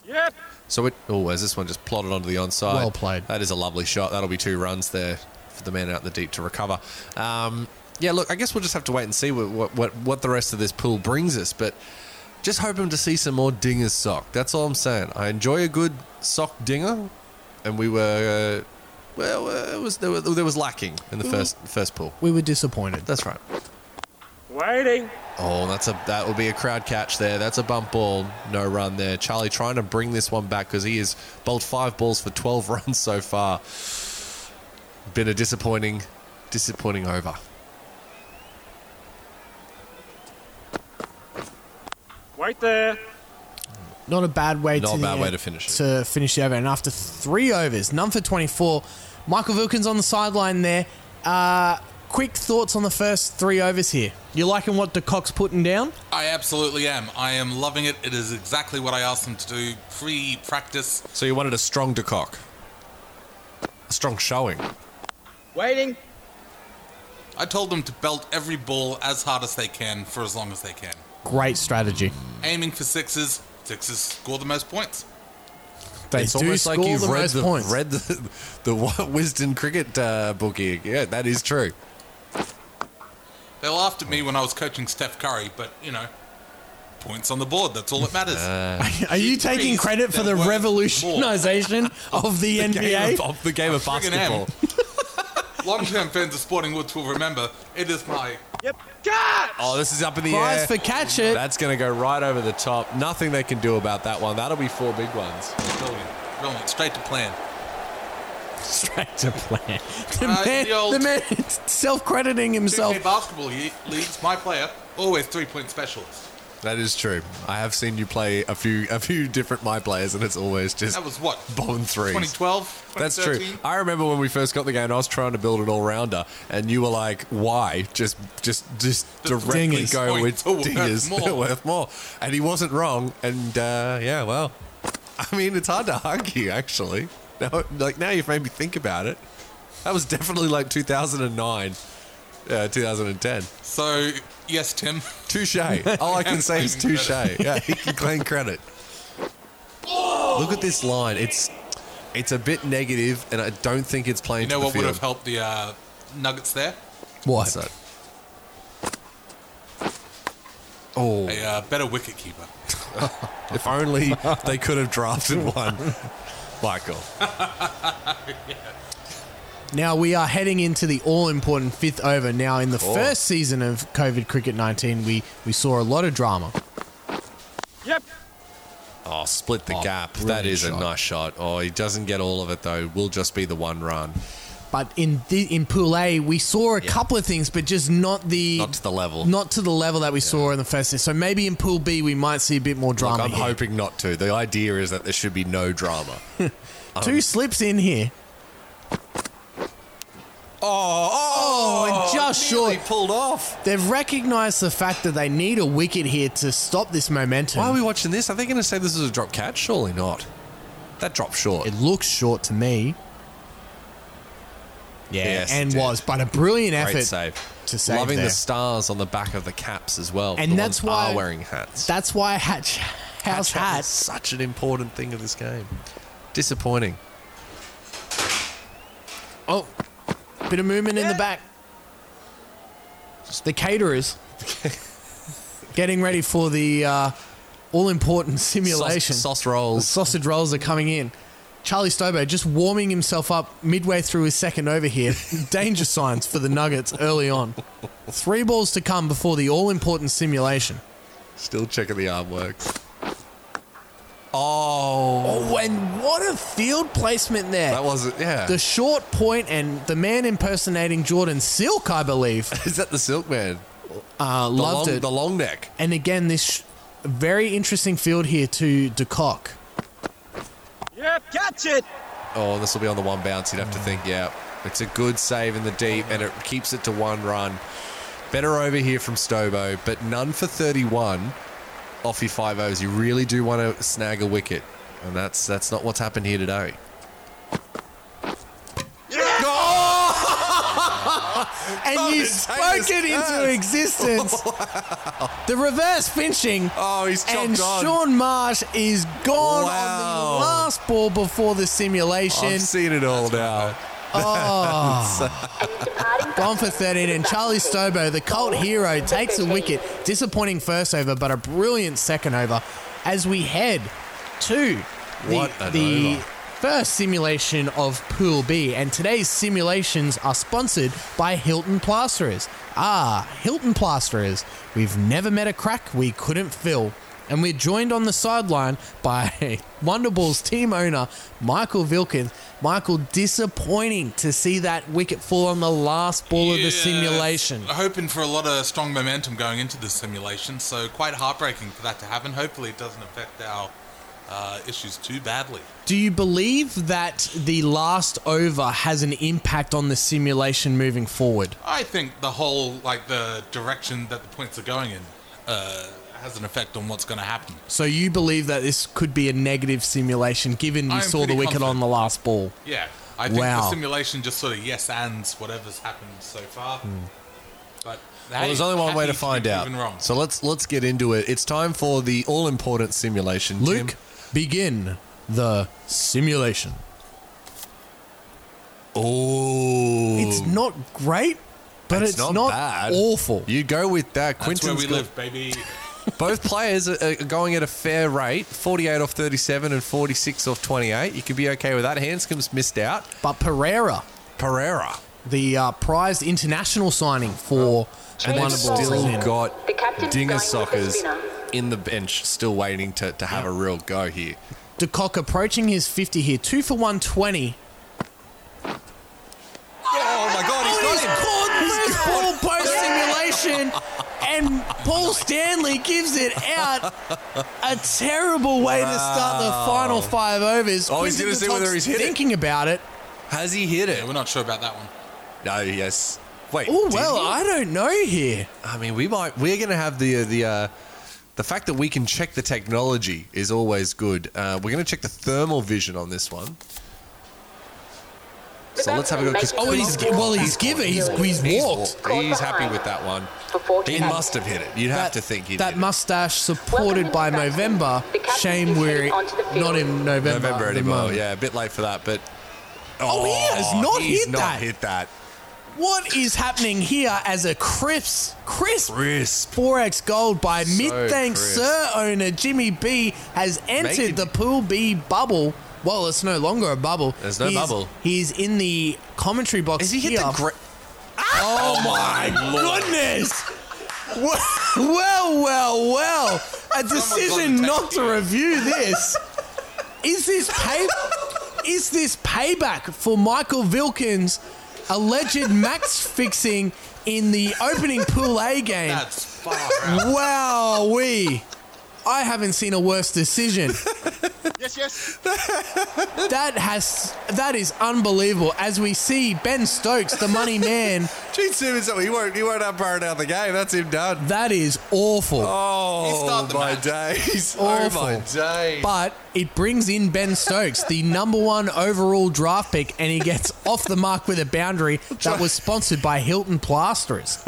Speaker 4: Yep.
Speaker 2: So it oh, as this one just plotted onto the onside.
Speaker 1: Well played.
Speaker 2: That is a lovely shot. That'll be two runs there for the man out the deep to recover. Um, yeah, look, I guess we'll just have to wait and see what what, what what the rest of this pool brings us. But just hoping to see some more dingers sock. That's all I'm saying. I enjoy a good sock dinger, and we were uh, well, uh, it was there, was there was lacking in the
Speaker 1: Mm.
Speaker 2: first first pool.
Speaker 1: We were disappointed.
Speaker 2: That's right.
Speaker 4: Waiting.
Speaker 2: Oh, that's a that will be a crowd catch there. That's a bump ball, no run there. Charlie trying to bring this one back because he has bowled five balls for twelve runs so far. Been a disappointing, disappointing over.
Speaker 4: Wait there.
Speaker 1: Not a bad way
Speaker 2: Not
Speaker 1: to
Speaker 2: a bad
Speaker 1: the,
Speaker 2: way to finish it.
Speaker 1: to finish the over. And after three overs, none for twenty four. Michael Wilkins on the sideline there. Uh, quick thoughts on the first three overs here. You liking what De Cock's putting down?
Speaker 3: I absolutely am. I am loving it. It is exactly what I asked them to do pre practice.
Speaker 2: So you wanted a strong to cock, a strong showing.
Speaker 4: Waiting.
Speaker 3: I told them to belt every ball as hard as they can for as long as they can.
Speaker 1: Great strategy.
Speaker 2: Hmm.
Speaker 3: Aiming for sixes, sixes score the most points.
Speaker 1: They
Speaker 2: it's
Speaker 1: do
Speaker 2: almost
Speaker 1: score
Speaker 2: like you've
Speaker 1: the
Speaker 2: read
Speaker 1: most
Speaker 2: the
Speaker 1: points.
Speaker 2: read the the Wisden cricket uh, book here. Yeah, that is true.
Speaker 3: They laughed at me when I was coaching Steph Curry, but you know, points on the board, that's all that matters.
Speaker 2: Uh.
Speaker 1: Are you
Speaker 3: Jeez,
Speaker 1: taking credit for
Speaker 3: that
Speaker 1: the
Speaker 3: works more.
Speaker 1: revolutionisation of the, NBA?
Speaker 2: Game of, of the game of
Speaker 3: Friggin'
Speaker 2: basketball.
Speaker 3: Long term fans of Sporting Woods will remember it is my
Speaker 4: Yep. Catch.
Speaker 2: Oh, this is up in the
Speaker 1: Prize
Speaker 2: air.
Speaker 1: for catch it.
Speaker 2: That's going to go right over the top. Nothing they can do about that one. That'll be four big ones.
Speaker 3: brilliant, brilliant, straight to plan.
Speaker 1: Straight to plan. The
Speaker 3: Uh,
Speaker 1: man,
Speaker 3: the old-
Speaker 1: the man self-crediting himself.
Speaker 3: 2K basketball ye- leagues, my player, always three point specialist.
Speaker 2: That is true. I have seen you play a few a few different my players, and it's always just
Speaker 3: That was what?
Speaker 2: bomb threes.
Speaker 3: 2012?
Speaker 2: That's true.
Speaker 3: Uh,
Speaker 2: I remember when we first got the game, I was trying to build an all rounder, and you were like, "Why? Just, just, just directly
Speaker 1: dingers.
Speaker 2: go
Speaker 3: Point
Speaker 2: with
Speaker 3: to worth
Speaker 2: dingers
Speaker 3: more."
Speaker 2: worth more." And he wasn't wrong. And uh, yeah, well, I mean, it's hard to argue actually. Now, like now you've made me think about it. That was definitely like 2009, uh, 2010.
Speaker 3: So, yes, Tim.
Speaker 2: Touche. All I can say is
Speaker 3: Claim
Speaker 2: touche. Yeah, he can claim credit. Look at this line. It's it's a bit negative, and I don't think it's playing
Speaker 3: You know
Speaker 2: to
Speaker 3: what
Speaker 2: the
Speaker 3: would
Speaker 2: field.
Speaker 3: have helped the uh, Nuggets there?
Speaker 1: What?
Speaker 2: So- Oh,
Speaker 3: A uh, better wicket keeper.
Speaker 2: if only they could have drafted one, Michael.
Speaker 1: Now we are heading into the all-important fifth over. Now in the
Speaker 2: Oh.
Speaker 1: first season of COVID cricket 19, we we saw a lot of drama.
Speaker 4: Yep.
Speaker 2: Oh, split the
Speaker 1: Oh,
Speaker 2: gap. That
Speaker 1: brilliant
Speaker 2: is a
Speaker 1: shot.
Speaker 2: nice shot. Oh, he doesn't get all of it though. Will just be the one run,
Speaker 1: But in the, in Pool A, we saw a couple of things, but just not the
Speaker 2: not to the level.
Speaker 1: not to the level that we saw in the first. season. So maybe in Pool B, we might see a bit more
Speaker 2: Look,
Speaker 1: drama.
Speaker 2: I'm
Speaker 1: here.
Speaker 2: hoping not to. The idea is that there should be no drama.
Speaker 1: Two slips in here.
Speaker 2: Oh,
Speaker 1: and just
Speaker 2: nearly
Speaker 1: short.
Speaker 2: pulled off.
Speaker 1: They've recognised the fact that they need a wicket here to stop this momentum.
Speaker 2: Why are we watching this? Are they going to say this is a drop catch? Surely not. That dropped short.
Speaker 1: It looks short to me. Yeah,
Speaker 2: Yes,
Speaker 1: and
Speaker 2: it did.
Speaker 1: was, but a brilliant
Speaker 2: Great
Speaker 1: effort
Speaker 2: save.
Speaker 1: to save
Speaker 2: Loving
Speaker 1: there.
Speaker 2: the stars on the back of the caps as well.
Speaker 1: And
Speaker 2: the
Speaker 1: that's
Speaker 2: ones
Speaker 1: why-
Speaker 2: are wearing hats.
Speaker 1: That's why Hatch House
Speaker 2: Hatch hat is
Speaker 1: Hats.
Speaker 2: such an important thing of this game. Disappointing.
Speaker 1: Oh, bit of movement in the back. The caterers getting ready for the uh, all important simulation.
Speaker 2: Sauce, sauce
Speaker 1: The
Speaker 2: rolls.
Speaker 1: sausage rolls are coming in. Charlie Stobo just warming himself up midway through his second over here. Danger signs for the Nuggets early on. Three balls to come before the all important simulation.
Speaker 2: Still checking the artworks. Oh,
Speaker 1: Oh, and what a field placement there.
Speaker 2: that wasn't. Yeah,
Speaker 1: the short point and the man impersonating Jordan Silk, I believe,
Speaker 2: is that the Silkman?
Speaker 1: uh,
Speaker 2: The
Speaker 1: loved
Speaker 2: long,
Speaker 1: it.
Speaker 2: The long neck.
Speaker 1: and again, this sh- very interesting field here to DeCock.
Speaker 4: Yep, catch it.
Speaker 2: Oh, this will be on the one bounce. You'd have
Speaker 1: Mm.
Speaker 2: to think. Yeah, it's a good save in the deep, and it keeps it to one run. Better over here from Stobo, but none for 31 off your five O's. You really do want to snag a wicket, and that's that's not what's happened here today. Oh!
Speaker 1: And you
Speaker 2: Fucking
Speaker 1: spoke
Speaker 2: Oh, Taylor's
Speaker 1: it into
Speaker 2: ass.
Speaker 1: existence. The reverse finching.
Speaker 2: Oh, he's chopped
Speaker 1: and
Speaker 2: on.
Speaker 1: Sean Marsh is gone on
Speaker 2: Wow.
Speaker 1: the last ball before the
Speaker 2: I've
Speaker 1: simulation.
Speaker 2: seen it all now.
Speaker 1: Gone for 13, and Charlie Stobo, the cult hero, takes a wicket. Disappointing first over, but a brilliant second over as we head to the,
Speaker 2: What an
Speaker 1: the
Speaker 2: over.
Speaker 1: first simulation of Pool B. And today's simulations are sponsored by Hilton Plasterers. Ah, Hilton Plasterers. We've never met a crack we couldn't fill. And we're joined on the sideline by Wonderball's team owner, Michael Vilkins. Michael, disappointing to see that wicket fall on the last ball of the
Speaker 3: Yeah,
Speaker 1: simulation.
Speaker 3: Hoping for a lot of strong momentum going into this simulation, so quite heartbreaking for that to happen. Hopefully, it doesn't affect our uh, issues too badly.
Speaker 1: Do you believe that the last over has an impact on the simulation moving forward?
Speaker 3: I think the whole like the direction that the points are going in uh, has an effect on what's going to happen.
Speaker 1: So you believe that this could be a negative simulation, given you
Speaker 3: I'm
Speaker 1: saw the
Speaker 3: pretty
Speaker 1: wicket on
Speaker 3: confident.
Speaker 1: the last ball.
Speaker 3: Yeah, I think
Speaker 1: Wow.
Speaker 3: the simulation just sort of yes ands whatever's happened so far. But
Speaker 2: Hmm. Well, there's only one way to find out.
Speaker 3: Wrong.
Speaker 2: So let's let's get into it. It's time for the all important simulation. Tim.
Speaker 1: Luke, begin the simulation.
Speaker 2: Oh,
Speaker 1: It's not great, but it's,
Speaker 2: It's not bad.
Speaker 1: awful.
Speaker 2: You go with that.
Speaker 3: That's
Speaker 2: Quinton's
Speaker 3: where we
Speaker 2: got-
Speaker 3: live, baby.
Speaker 2: Both players are are going at a fair rate 48 off 37 and 46 off 28. You could be okay with that. Hanscom's missed out.
Speaker 1: But Pereira,
Speaker 2: Pereira.
Speaker 1: the uh, prized international signing for
Speaker 2: And they've
Speaker 1: Wonderballs
Speaker 2: still
Speaker 1: Bowling.
Speaker 2: got
Speaker 5: The captain's
Speaker 2: Dinger
Speaker 5: going with the
Speaker 2: Sockers
Speaker 5: spinner.
Speaker 2: in the bench, still waiting to, to have a real go here.
Speaker 1: De Kock approaching his 50 here, two for 120.
Speaker 2: Oh my God, Oh, he's
Speaker 1: He's caught first ball post simulation, and Paul Stanley gives it out. A terrible way to start the final five overs.
Speaker 2: Oh, he's
Speaker 1: Quinton
Speaker 2: gonna
Speaker 1: de
Speaker 2: see whether
Speaker 1: Kock's
Speaker 2: he's hit it.
Speaker 1: thinking about it.
Speaker 2: Has he hit
Speaker 3: Yeah,
Speaker 2: it?
Speaker 3: we're not sure about that one.
Speaker 2: No, yes. Wait.
Speaker 1: Oh
Speaker 2: did
Speaker 1: well,
Speaker 2: he?
Speaker 1: I don't know here.
Speaker 2: I mean, we might. We're going to have the uh, the uh, the fact that we can check the technology is always good. Uh, we're going to check the thermal vision on this one. So let's have a go. 'cause
Speaker 5: Oh,
Speaker 1: he's- well, he's given- he's- he's walked.
Speaker 2: He's happy with that one. He must have hit it. You'd have to think he
Speaker 1: that
Speaker 2: did.
Speaker 1: mustache supported
Speaker 5: Welcome to
Speaker 1: by
Speaker 5: the captain.
Speaker 1: November.
Speaker 5: The captain
Speaker 1: Shame
Speaker 5: is
Speaker 1: we're
Speaker 5: headed onto the field.
Speaker 1: not in
Speaker 2: it.
Speaker 1: November,
Speaker 2: November
Speaker 1: at the
Speaker 2: anymore.
Speaker 1: moment.
Speaker 2: Yeah, a bit late for that, but.
Speaker 1: Oh, he has not
Speaker 2: he's
Speaker 1: hit
Speaker 2: not
Speaker 1: that.
Speaker 2: hit that.
Speaker 1: What is happening here as a crisp, crisp
Speaker 2: Crisp.
Speaker 1: 4x gold by mid thanks
Speaker 2: crisp.
Speaker 1: Sir owner Jimmy B has entered
Speaker 2: Making-
Speaker 1: the Pool B bubble. Well, it's no longer a bubble.
Speaker 2: There's no
Speaker 1: He's-
Speaker 2: bubble.
Speaker 1: He's in the commentary box.
Speaker 2: Has he hit
Speaker 1: here.
Speaker 2: the gra-
Speaker 1: Oh my goodness! Well, well, well, well. A decision
Speaker 3: take
Speaker 1: not to
Speaker 3: it.
Speaker 1: review this. Is this pay? Is this payback for Michael Vilkins' alleged max fixing in the opening Pool A game?
Speaker 3: That's far out.
Speaker 1: Wow, we. I haven't seen a worse decision.
Speaker 4: Yes, yes.
Speaker 1: That has that is unbelievable. As we see Ben Stokes, the money man,
Speaker 2: Gene Simmons, oh, he won't, he won't umpire down the game. That's him done.
Speaker 1: that is awful.
Speaker 3: He
Speaker 2: Oh,
Speaker 3: started the
Speaker 2: my
Speaker 3: match.
Speaker 2: days.
Speaker 1: Awful.
Speaker 2: Oh, my days.
Speaker 1: But it brings in Ben Stokes, the number one overall draft pick, and he gets off the mark with a boundary that was sponsored by Hilton Plasterers.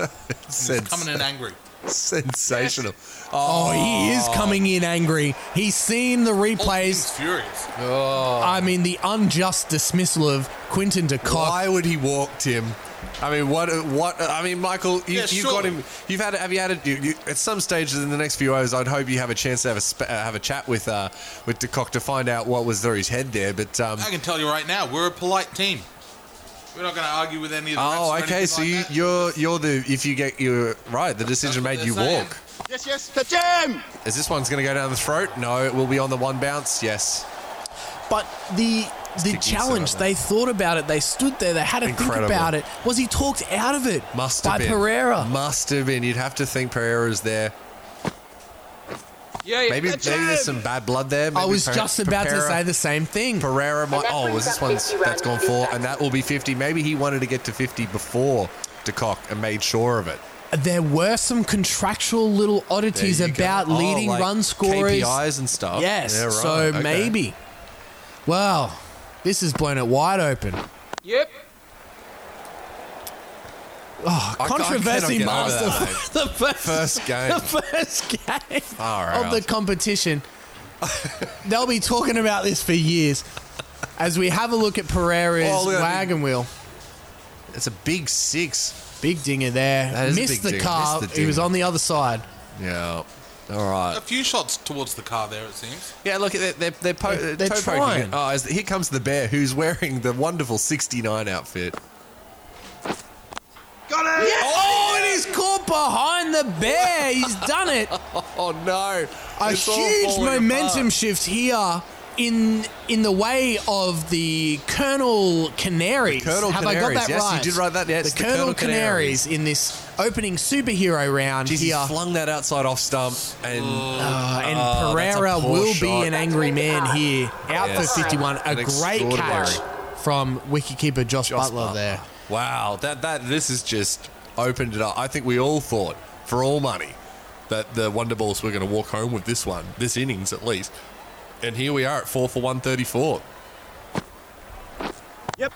Speaker 2: Sens-
Speaker 3: coming in angry.
Speaker 2: sensational.
Speaker 1: Oh, he is coming in angry. He's seen the
Speaker 3: He's
Speaker 1: replays.
Speaker 3: furious.
Speaker 1: I mean, the unjust dismissal of Quinton de Kock.
Speaker 2: Why would he walk Tim? I mean, what? What? I mean, Michael, you,
Speaker 3: Yeah,
Speaker 2: you've got
Speaker 3: surely.
Speaker 2: him. You've had. Have you had it? You, you, at some stage in the next few hours, I'd hope you have a chance to have a sp- uh, have a chat with uh, with Decock to find out what was through his head there. But um,
Speaker 3: I can tell you right now, we're a polite team. We're not going to argue with any of the refs
Speaker 2: Oh,
Speaker 3: or
Speaker 2: okay.
Speaker 3: anything
Speaker 2: So
Speaker 3: like
Speaker 2: you,
Speaker 3: that.
Speaker 2: you're you're the if you get you're right. The decision made
Speaker 3: That's what
Speaker 2: you
Speaker 3: they're saying.
Speaker 2: walk.
Speaker 4: Yes, yes, the jam!
Speaker 2: Is this one's going to go down the throat? No, it will be on the one bounce. Yes.
Speaker 1: But the the
Speaker 2: Sticky
Speaker 1: challenge,
Speaker 2: side.
Speaker 1: they thought about it. They stood there. They had to
Speaker 2: Incredible.
Speaker 1: think about it. Was he talked out of it
Speaker 2: Must have
Speaker 1: by
Speaker 2: been.
Speaker 1: Pereira?
Speaker 2: Must have been. You'd have to think Pereira's there.
Speaker 4: Yeah, yeah,
Speaker 2: Maybe
Speaker 4: the
Speaker 2: maybe there's some bad blood there.
Speaker 1: I
Speaker 2: Maybe
Speaker 1: was
Speaker 2: Per-
Speaker 1: just about to
Speaker 2: Pereira-
Speaker 1: say the same thing.
Speaker 2: Pereira might.
Speaker 5: that
Speaker 2: Oh,
Speaker 5: brings
Speaker 2: was this
Speaker 5: up
Speaker 2: one's
Speaker 5: 50
Speaker 2: that's gone
Speaker 5: rounds.
Speaker 2: four, and that will be fifty. Maybe he wanted to get to fifty before De Kock and made sure of it.
Speaker 1: There were some contractual little
Speaker 2: There
Speaker 1: oddities
Speaker 2: you go.
Speaker 1: about
Speaker 2: Oh,
Speaker 1: leading
Speaker 2: like
Speaker 1: run scorers.
Speaker 2: KPIs and stuff.
Speaker 1: Yes,
Speaker 2: Yeah, right,
Speaker 1: so
Speaker 2: okay.
Speaker 1: maybe. Wow, this has blown it wide open.
Speaker 4: Yep.
Speaker 1: Oh,
Speaker 2: I- I
Speaker 1: controversy
Speaker 2: cannot get
Speaker 1: master.
Speaker 2: over
Speaker 1: the first,
Speaker 2: First game.
Speaker 1: the first game
Speaker 2: All right.
Speaker 1: of the competition. They'll be talking about this for years. As we have a look at Pereira's
Speaker 2: Oh, look at that
Speaker 1: wagon wheel,
Speaker 2: It's a big six.
Speaker 1: big dinger there.
Speaker 2: That is a
Speaker 1: missed,
Speaker 2: big
Speaker 1: the
Speaker 2: dinger,
Speaker 1: car.
Speaker 2: missed the
Speaker 1: He was
Speaker 2: dinger.
Speaker 1: on the other side.
Speaker 2: Yeah. All right.
Speaker 3: A few shots towards the car there, it seems.
Speaker 2: Yeah, look, they're, they're, they're, po-
Speaker 1: They're- they're
Speaker 2: they're, toe
Speaker 1: trying.
Speaker 2: poking. it. Oh, is- here comes the bear who's wearing the wonderful 69 outfit.
Speaker 4: Got it!
Speaker 1: Oh, and he's caught behind the bear. He's done it.
Speaker 2: Oh, no.
Speaker 1: a
Speaker 2: It's all
Speaker 1: huge
Speaker 2: falling
Speaker 1: momentum
Speaker 2: apart.
Speaker 1: shift here in in the way of the Colonel Canaries.
Speaker 2: Colonel
Speaker 1: Have I
Speaker 2: Canaries.
Speaker 1: got that
Speaker 2: Yes, you
Speaker 1: right?
Speaker 2: did write that. Yeah,
Speaker 1: the,
Speaker 2: it's the
Speaker 1: Colonel,
Speaker 2: Colonel
Speaker 1: Canaries.
Speaker 2: Canaries.
Speaker 1: in this opening superhero round
Speaker 2: Jeez, he
Speaker 1: here.
Speaker 2: flung that outside off stump and
Speaker 1: Uh, and
Speaker 2: Oh, that's a
Speaker 1: Pereira
Speaker 2: poor
Speaker 1: will
Speaker 2: shot.
Speaker 1: be an angry man here. Out
Speaker 2: Yes.
Speaker 1: for 51. A
Speaker 2: An
Speaker 1: great catch from wicketkeeper Josh,
Speaker 2: Joss
Speaker 1: Butler, there.
Speaker 2: Wow, that, that this has just opened it up. I think we all thought, for all money, that the Wonder Balls were going to walk home with this one, this innings at least. And here we are at 4 for 134.
Speaker 4: Yep.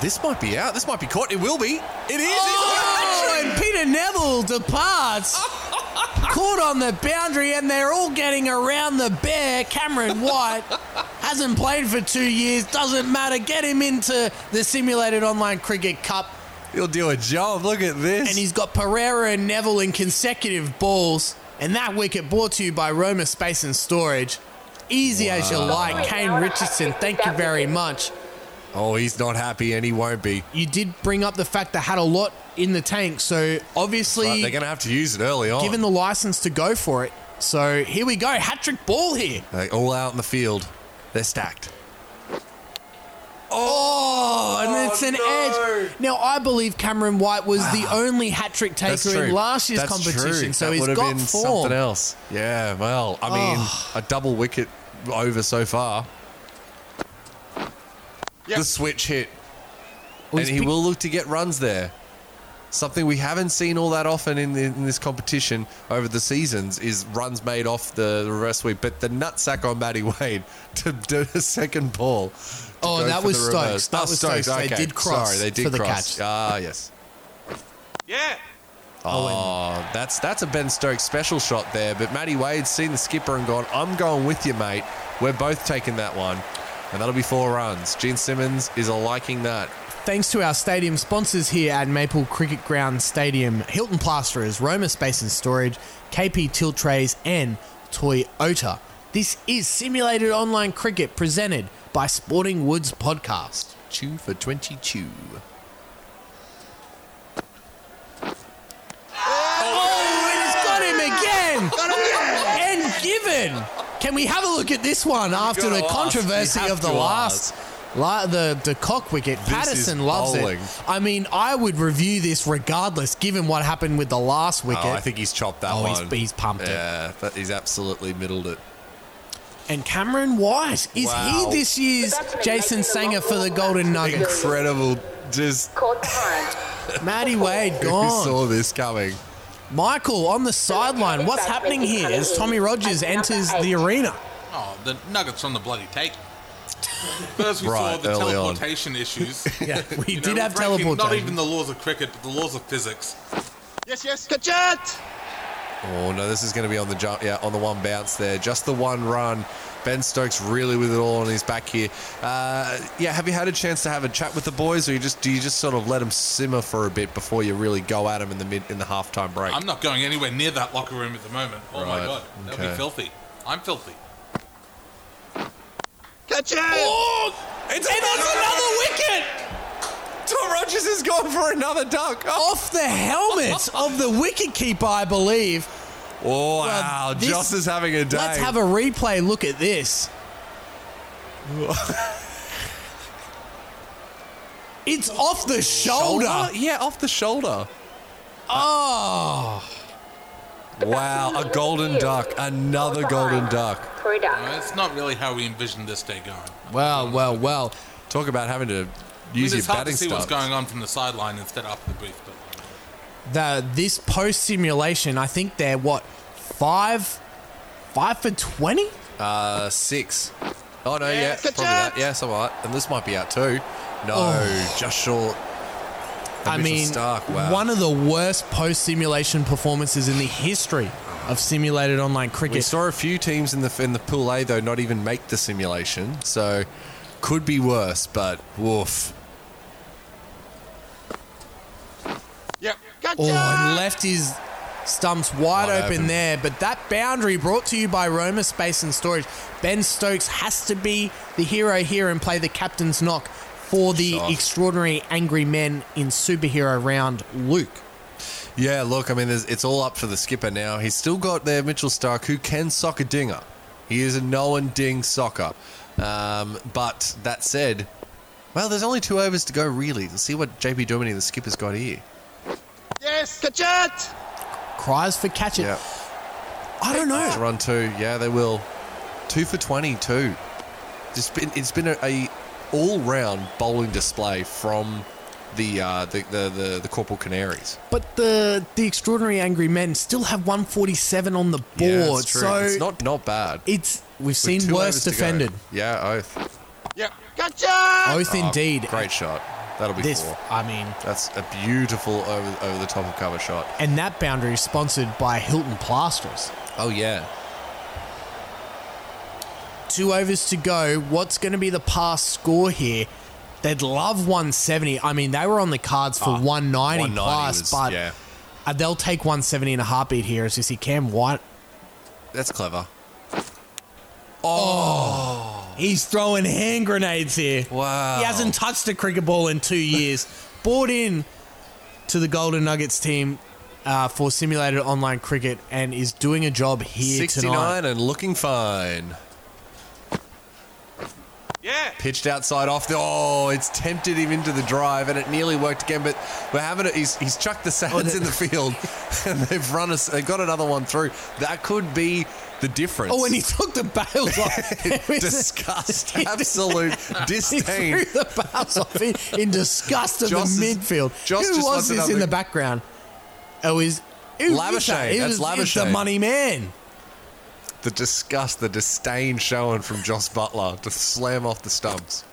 Speaker 2: This might be out. This might be caught. It will be. It is. It's
Speaker 1: Oh, and Peter Neville departs. Caught on the boundary, and they're all getting around the bear. Cameron White hasn't played for two years. Doesn't matter. Get him into the simulated online cricket cup,
Speaker 2: He'll do a job. Look at this.
Speaker 1: and he's got Pereira and Neville in consecutive balls. And that wicket brought to you by Roma Space and Storage. Easy as you like, Kane Richardson. Thank you very much.
Speaker 2: oh, he's not happy, and he won't be.
Speaker 1: You did bring up the fact they had a lot in the tank, so obviously
Speaker 2: Right, they're going to have to use it early on.
Speaker 1: given the license to go for it. So here we go, hat trick ball here.
Speaker 2: Like, all out in the field, they're stacked.
Speaker 1: Oh, and it's an
Speaker 2: no.
Speaker 1: edge. Now I believe Cameron White was the only hat trick
Speaker 2: Ah. That's
Speaker 1: taker
Speaker 2: true.
Speaker 1: in last year's
Speaker 2: That's
Speaker 1: competition,
Speaker 2: true.
Speaker 1: so
Speaker 2: that
Speaker 1: he's
Speaker 2: would have
Speaker 1: got
Speaker 2: been
Speaker 1: form.
Speaker 2: something else. Yeah. Well, I mean, a double wicket over so far.
Speaker 4: Yep.
Speaker 2: The switch hit,
Speaker 1: Well, he's
Speaker 2: and he
Speaker 1: pick-
Speaker 2: will look to get runs there. Something we haven't seen all that often in, the, in this competition over the seasons is runs made off the reverse sweep. But the nutsack on Matty Wade to do a second ball. to
Speaker 1: Oh,
Speaker 2: go
Speaker 1: that
Speaker 2: for
Speaker 1: was
Speaker 2: the
Speaker 1: Stokes.
Speaker 2: reverse.
Speaker 1: That
Speaker 2: Ah,
Speaker 1: was Stokes. They
Speaker 2: okay.
Speaker 1: did cross
Speaker 2: Sorry, they did
Speaker 1: for the
Speaker 2: cross.
Speaker 1: catch.
Speaker 2: Ah, yes.
Speaker 4: Yeah.
Speaker 2: Oh, that's that's a Ben Stokes special shot there. But Matty Wade's seen the skipper and gone, I'm going with you, mate. We're both taking that one. And that'll be four runs. Gene Simmons is liking that.
Speaker 1: Thanks to our stadium sponsors here at Maple Cricket Ground Stadium, Hilton Plasterers, Roma Space and Storage, KP Tilt Trays, and Toyota. This is simulated online cricket presented by Sporting Woods Podcast.
Speaker 2: Chew for 22.
Speaker 1: Oh, and it's got him again. and given. Can we have a look at this one after
Speaker 2: gotta
Speaker 1: the
Speaker 2: ask.
Speaker 1: controversy
Speaker 2: You have
Speaker 1: of the
Speaker 2: to
Speaker 1: last? La, the the cock wicket.
Speaker 2: is
Speaker 1: Patterson loves
Speaker 2: bowling.
Speaker 1: it. I mean, I would review this regardless, given what happened with the last wicket.
Speaker 2: Oh, I think he's chopped that
Speaker 1: Oh,
Speaker 2: one.
Speaker 1: he's- he's pumped it.
Speaker 2: yeah, it. Yeah, he's absolutely middled it.
Speaker 1: and Cameron White is
Speaker 2: Wow.
Speaker 1: he this year's
Speaker 5: But that's been
Speaker 1: Jason
Speaker 5: making a
Speaker 1: Sanger
Speaker 5: lot
Speaker 1: for the
Speaker 5: more
Speaker 1: Golden
Speaker 5: money.
Speaker 1: Nugget.
Speaker 2: Incredible. Just
Speaker 5: Court time.
Speaker 1: Matty Wade
Speaker 2: who
Speaker 1: gone.
Speaker 2: saw this coming?
Speaker 1: Michael on the sideline. What's happening here as Tommy Rogers enters the arena?
Speaker 3: Oh, the nuggets on the bloody take. First, we saw
Speaker 2: Right,
Speaker 3: the
Speaker 2: early on.
Speaker 3: teleportation issues.
Speaker 1: Yeah, we
Speaker 3: You
Speaker 1: did
Speaker 3: know,
Speaker 1: have
Speaker 3: breaking
Speaker 1: teleport.
Speaker 3: Not even the laws of cricket, but the laws of physics.
Speaker 4: Yes, yes, the jet!
Speaker 2: Oh no, this is going to be on the jump. Yeah, on the one bounce there, just the one run. Ben Stokes really with it all on his back here. Uh, yeah, have you had a chance to have a chat with the boys, or you just do you just sort of let them simmer for a bit before you really go at them in the mid in the halftime break?
Speaker 3: I'm not going anywhere near that locker room at the moment. Oh my
Speaker 2: Right,
Speaker 3: god, that'd
Speaker 2: okay.
Speaker 3: be filthy. I'm filthy.
Speaker 4: The Kachem!
Speaker 2: Oh! It's another wicket! Tom Rogers has gone for another duck. Oh,
Speaker 1: Off the helmet of the wicket keeper, I believe.
Speaker 2: Oh, wow.
Speaker 1: this-
Speaker 2: Joss is having a day.
Speaker 1: Let's have a replay look at this. it's off the shoulder.
Speaker 2: Yeah, off the shoulder.
Speaker 1: Oh.
Speaker 2: Wow, a golden duck. Another golden duck.
Speaker 5: Three ducks.
Speaker 3: Uh, it's not really how we envisioned this day going.
Speaker 1: Well, well, well.
Speaker 2: Talk about having to
Speaker 3: I mean,
Speaker 2: use
Speaker 3: it's
Speaker 2: your
Speaker 3: hard
Speaker 2: batting
Speaker 3: to see
Speaker 2: stuff.
Speaker 3: what's going on from the sideline instead of up the booth. But
Speaker 1: The this post simulation, I think they're what five, five for twenty.
Speaker 2: Uh, six. Oh no, yeah,
Speaker 4: Yes, good
Speaker 2: probably that.
Speaker 4: job.
Speaker 2: Yeah, something like that. And this might be out too. No,
Speaker 1: Oh.
Speaker 2: just short. And
Speaker 1: I
Speaker 2: Mitchell
Speaker 1: mean,
Speaker 2: Stark, wow.
Speaker 1: one of the worst post simulation performances in the history of simulated online
Speaker 2: we
Speaker 1: cricket.
Speaker 2: saw a few teams in the in the pool A though not even make the simulation, so could be worse. But woof.
Speaker 4: Yep.
Speaker 1: Oh, and
Speaker 4: Kachem!
Speaker 1: left his stumps wide
Speaker 2: Wide
Speaker 1: open,
Speaker 2: open.
Speaker 1: there. But that boundary brought to you by Roma Space and Storage. Ben Stokes has to be the hero here and play the captain's knock for the
Speaker 2: Sure.
Speaker 1: extraordinary angry men in superhero round, Luke.
Speaker 2: Yeah, look, I mean, there's, it's all up for the skipper now. He's still got there Mitchell Stark, who can sock a dinger. He is a known ding socker. Um, but that said, well, there's only two overs to go, really. Let's see what JP Domini, the skipper's got here.
Speaker 4: Yes, Kachet!
Speaker 1: Cries for catch it.
Speaker 2: Yeah.
Speaker 1: I don't
Speaker 2: It's
Speaker 1: know.
Speaker 2: run two. Yeah, they will. Two for 22. Just been, it's been a, a all round bowling display from the, uh, the, the, the, the Corporal Canaries.
Speaker 1: But the the extraordinary angry men still have 147 on the board.
Speaker 2: Yeah, it's true.
Speaker 1: so
Speaker 2: it's not, not bad.
Speaker 1: it's- we've
Speaker 2: With
Speaker 1: seen
Speaker 2: two
Speaker 1: worse
Speaker 2: overs to go.
Speaker 1: defended.
Speaker 2: Yeah, oath.
Speaker 4: Yep. Kachet!
Speaker 1: Oath
Speaker 2: Oh,
Speaker 1: indeed.
Speaker 2: Great shot. That'll be
Speaker 1: This,
Speaker 2: four.
Speaker 1: I mean,
Speaker 2: That's a beautiful over, over the top of cover shot.
Speaker 1: and that boundary is sponsored by Hilton Plasters.
Speaker 2: Oh, yeah.
Speaker 1: Two overs to go. What's going to be the pass score here? They'd love 170. I mean, they were on the cards for 190,
Speaker 2: 190
Speaker 1: plus,
Speaker 2: Ah, was-
Speaker 1: but
Speaker 2: yeah.
Speaker 1: uh, they'll take 170 in a heartbeat here as you see Cam White.
Speaker 2: That's clever.
Speaker 1: He's throwing hand grenades here.
Speaker 2: Wow.
Speaker 1: He hasn't touched a cricket ball in two years. Bought in to the Golden Nuggets team uh, for simulated online cricket and is doing a job here
Speaker 2: 69
Speaker 1: tonight.
Speaker 2: and looking fine.
Speaker 4: Yeah!
Speaker 2: Pitched outside off the. Oh, it's tempted him into the drive and it nearly worked again, but we're having it. He's, he's chucked the sands
Speaker 1: the-
Speaker 2: in the field and they've run us. They've got another one through. That could be the difference.
Speaker 1: Oh, and he took the bails off. There was a-
Speaker 2: Disgust,
Speaker 1: He
Speaker 2: absolute
Speaker 1: He threw
Speaker 2: disdain.
Speaker 1: the bars off in, in disgust of the
Speaker 2: Joss is-
Speaker 1: midfield.
Speaker 2: Joss
Speaker 1: Who
Speaker 2: just
Speaker 1: was
Speaker 2: wants
Speaker 1: this
Speaker 2: another-
Speaker 1: in the background? Oh, is who was that?
Speaker 2: Labuschagne,
Speaker 1: It
Speaker 2: that's
Speaker 1: was, it was the
Speaker 2: Labuschagne.
Speaker 1: money man.
Speaker 2: The disgust, the disdain shown from Joss Butler to slam off the stumps.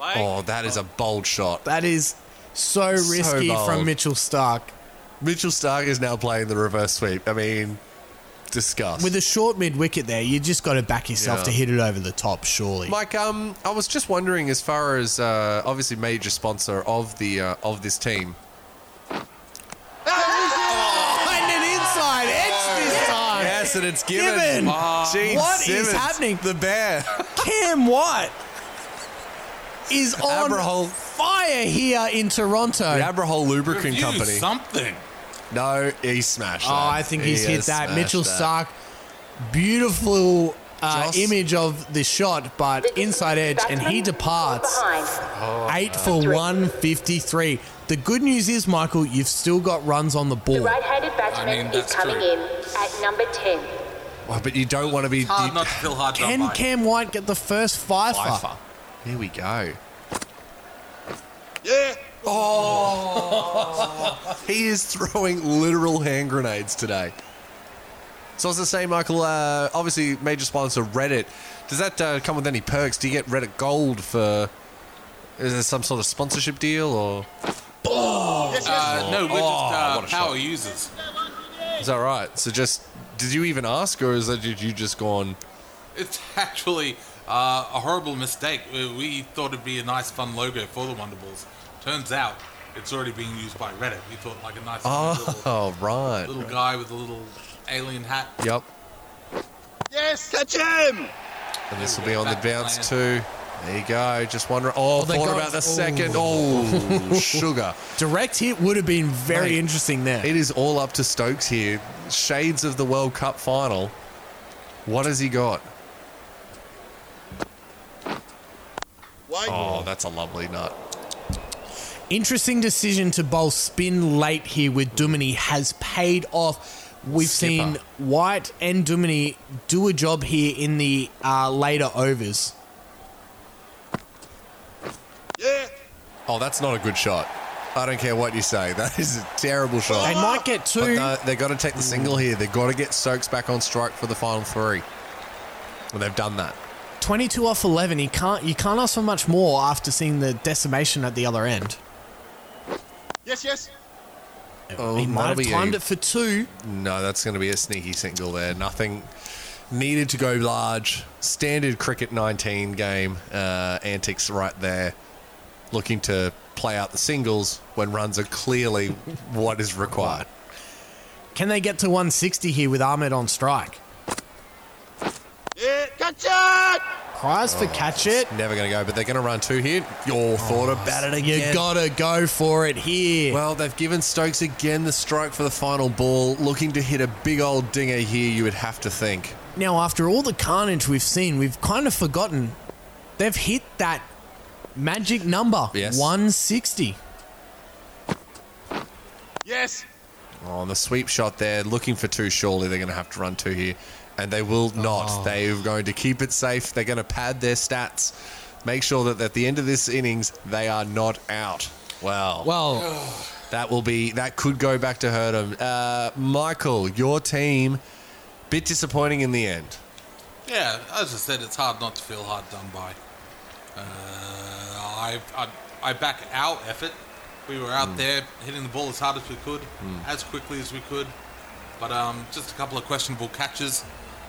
Speaker 4: Mike.
Speaker 2: Oh, that is a bold shot.
Speaker 1: That is so
Speaker 2: So
Speaker 1: risky
Speaker 2: bold.
Speaker 1: from Mitchell Stark.
Speaker 2: Mitchell Stark is now playing the reverse sweep. I mean, disgust.
Speaker 1: With a short mid wicket there, you just got to back yourself
Speaker 2: Yeah.
Speaker 1: to hit it over the top, surely.
Speaker 2: Mike, um, I was just wondering, as far as uh, obviously major sponsor of the uh, of this team,
Speaker 1: Find it inside, edge this time.
Speaker 2: Yes, and it's given.
Speaker 1: given.
Speaker 2: What is
Speaker 1: Given. Oh. What is happening?
Speaker 2: The bear.
Speaker 1: Cam White is on
Speaker 2: Abrahol.
Speaker 1: fire here in Toronto.
Speaker 2: The Abrahol Lubricant
Speaker 3: Review
Speaker 2: Company.
Speaker 3: something.
Speaker 2: no, he smashed.
Speaker 1: Oh,
Speaker 2: that.
Speaker 1: I think he's
Speaker 2: He
Speaker 1: hit
Speaker 2: has
Speaker 1: that.
Speaker 2: smashed
Speaker 1: Mitchell
Speaker 2: that.
Speaker 1: Stark, beautiful uh,
Speaker 2: Joss.
Speaker 1: image of the shot, but inside edge, and he departs
Speaker 5: Behind.
Speaker 2: Oh,
Speaker 1: eight for
Speaker 5: Three.
Speaker 1: one fifty-three. The good news is, Michael, you've still got runs on the
Speaker 5: The
Speaker 1: ball.
Speaker 5: right-handed batsman
Speaker 3: I mean,
Speaker 5: is
Speaker 3: that's
Speaker 5: coming
Speaker 3: true.
Speaker 5: in at number 10.
Speaker 2: Oh, but you don't want to be.
Speaker 3: Hard
Speaker 2: you-
Speaker 3: not to feel hard done
Speaker 1: Can
Speaker 3: by.
Speaker 1: Cam White get the first fifer?
Speaker 2: Pfeiffer. Here we go.
Speaker 4: Yeah!
Speaker 2: Oh. He is throwing literal hand grenades today. So I was to say, Michael. Uh, obviously, major sponsor Reddit. Does that uh, come with any perks? Do you get Reddit Gold for? Is there some sort of sponsorship deal, or
Speaker 4: Yes, yes!
Speaker 3: Uh, no,
Speaker 2: Oh, what
Speaker 3: we're
Speaker 2: a
Speaker 3: just uh,
Speaker 2: shot.
Speaker 3: power users.
Speaker 2: is that right? So just did you even ask, or is that did you just gone?
Speaker 3: It's actually uh, a horrible mistake. Uh, We thought it'd be a nice, fun logo for the Wonder Balls. Turns out it's already being used by Reddit. We thought like a nice little,
Speaker 2: Oh right.
Speaker 3: little guy with a little alien hat.
Speaker 2: Yep.
Speaker 4: Yes, Kachem!
Speaker 2: And this will be on the bounce too. There you go. Just wondering. Oh,
Speaker 1: they
Speaker 2: thought
Speaker 1: got-
Speaker 2: about the
Speaker 1: oh.
Speaker 2: second. Oh, sugar.
Speaker 1: Direct hit would have been very
Speaker 2: Mate,
Speaker 1: interesting there.
Speaker 2: It is all up to Stokes here. Shades of the World Cup final. What has he got?
Speaker 4: Why?
Speaker 2: Oh, that's a lovely nut.
Speaker 1: Interesting decision to bowl spin late here with Duminy has paid off. We've
Speaker 2: Skipper.
Speaker 1: seen White and Duminy do a job here in the uh, later overs.
Speaker 4: Yeah.
Speaker 2: Oh, that's not a good shot. I don't care what you say. That is a terrible
Speaker 1: They
Speaker 2: shot.
Speaker 1: might get two.
Speaker 2: But no, they got to take the single here. They've got to get Stokes back on strike for the final three. And they've done that.
Speaker 1: 22 off 11. You can't, you can't ask for much more after seeing the decimation at the other end.
Speaker 4: Yes, yes.
Speaker 2: Oh,
Speaker 1: he might
Speaker 2: that'll
Speaker 1: have
Speaker 2: be
Speaker 1: timed
Speaker 2: a-
Speaker 1: it for two.
Speaker 2: No, that's going to be a sneaky single there. Nothing needed to go large. Standard cricket 19 game uh, antics right there. Looking to play out the singles when runs are clearly what is required.
Speaker 1: Can they get to 160 here with Ahmed on strike?
Speaker 4: Yeah. Gotcha!
Speaker 1: Cries
Speaker 2: Oh,
Speaker 1: for catch it.
Speaker 2: Never going to go, but they're going to run two here. Your thought about it again.
Speaker 1: Oh, You gotta go for it here.
Speaker 2: Well, they've given Stokes again the strike for the final ball. Looking to hit a big old dinger here, you would have to think.
Speaker 1: Now, after all the carnage we've seen, we've kind of forgotten they've hit that magic number
Speaker 2: Yes.
Speaker 1: 160.
Speaker 4: Yes.
Speaker 2: On Oh, the sweep shot there, looking for two. Surely they're going to have to run two here, and they will not.
Speaker 1: Oh.
Speaker 2: They're going to keep it safe. They're going to pad their stats, make sure that at the end of this innings they are not out. Wow,
Speaker 1: Well,
Speaker 2: that will be that could go back to hurt them. Uh, Michael, your team, bit disappointing in the end.
Speaker 3: Yeah, as I said, it's hard not to feel hard done by. Uh, I, I I back our effort. We were
Speaker 2: Hmm.
Speaker 3: out there hitting the ball as hard as we could, as quickly as we could, but um, just a couple of questionable catches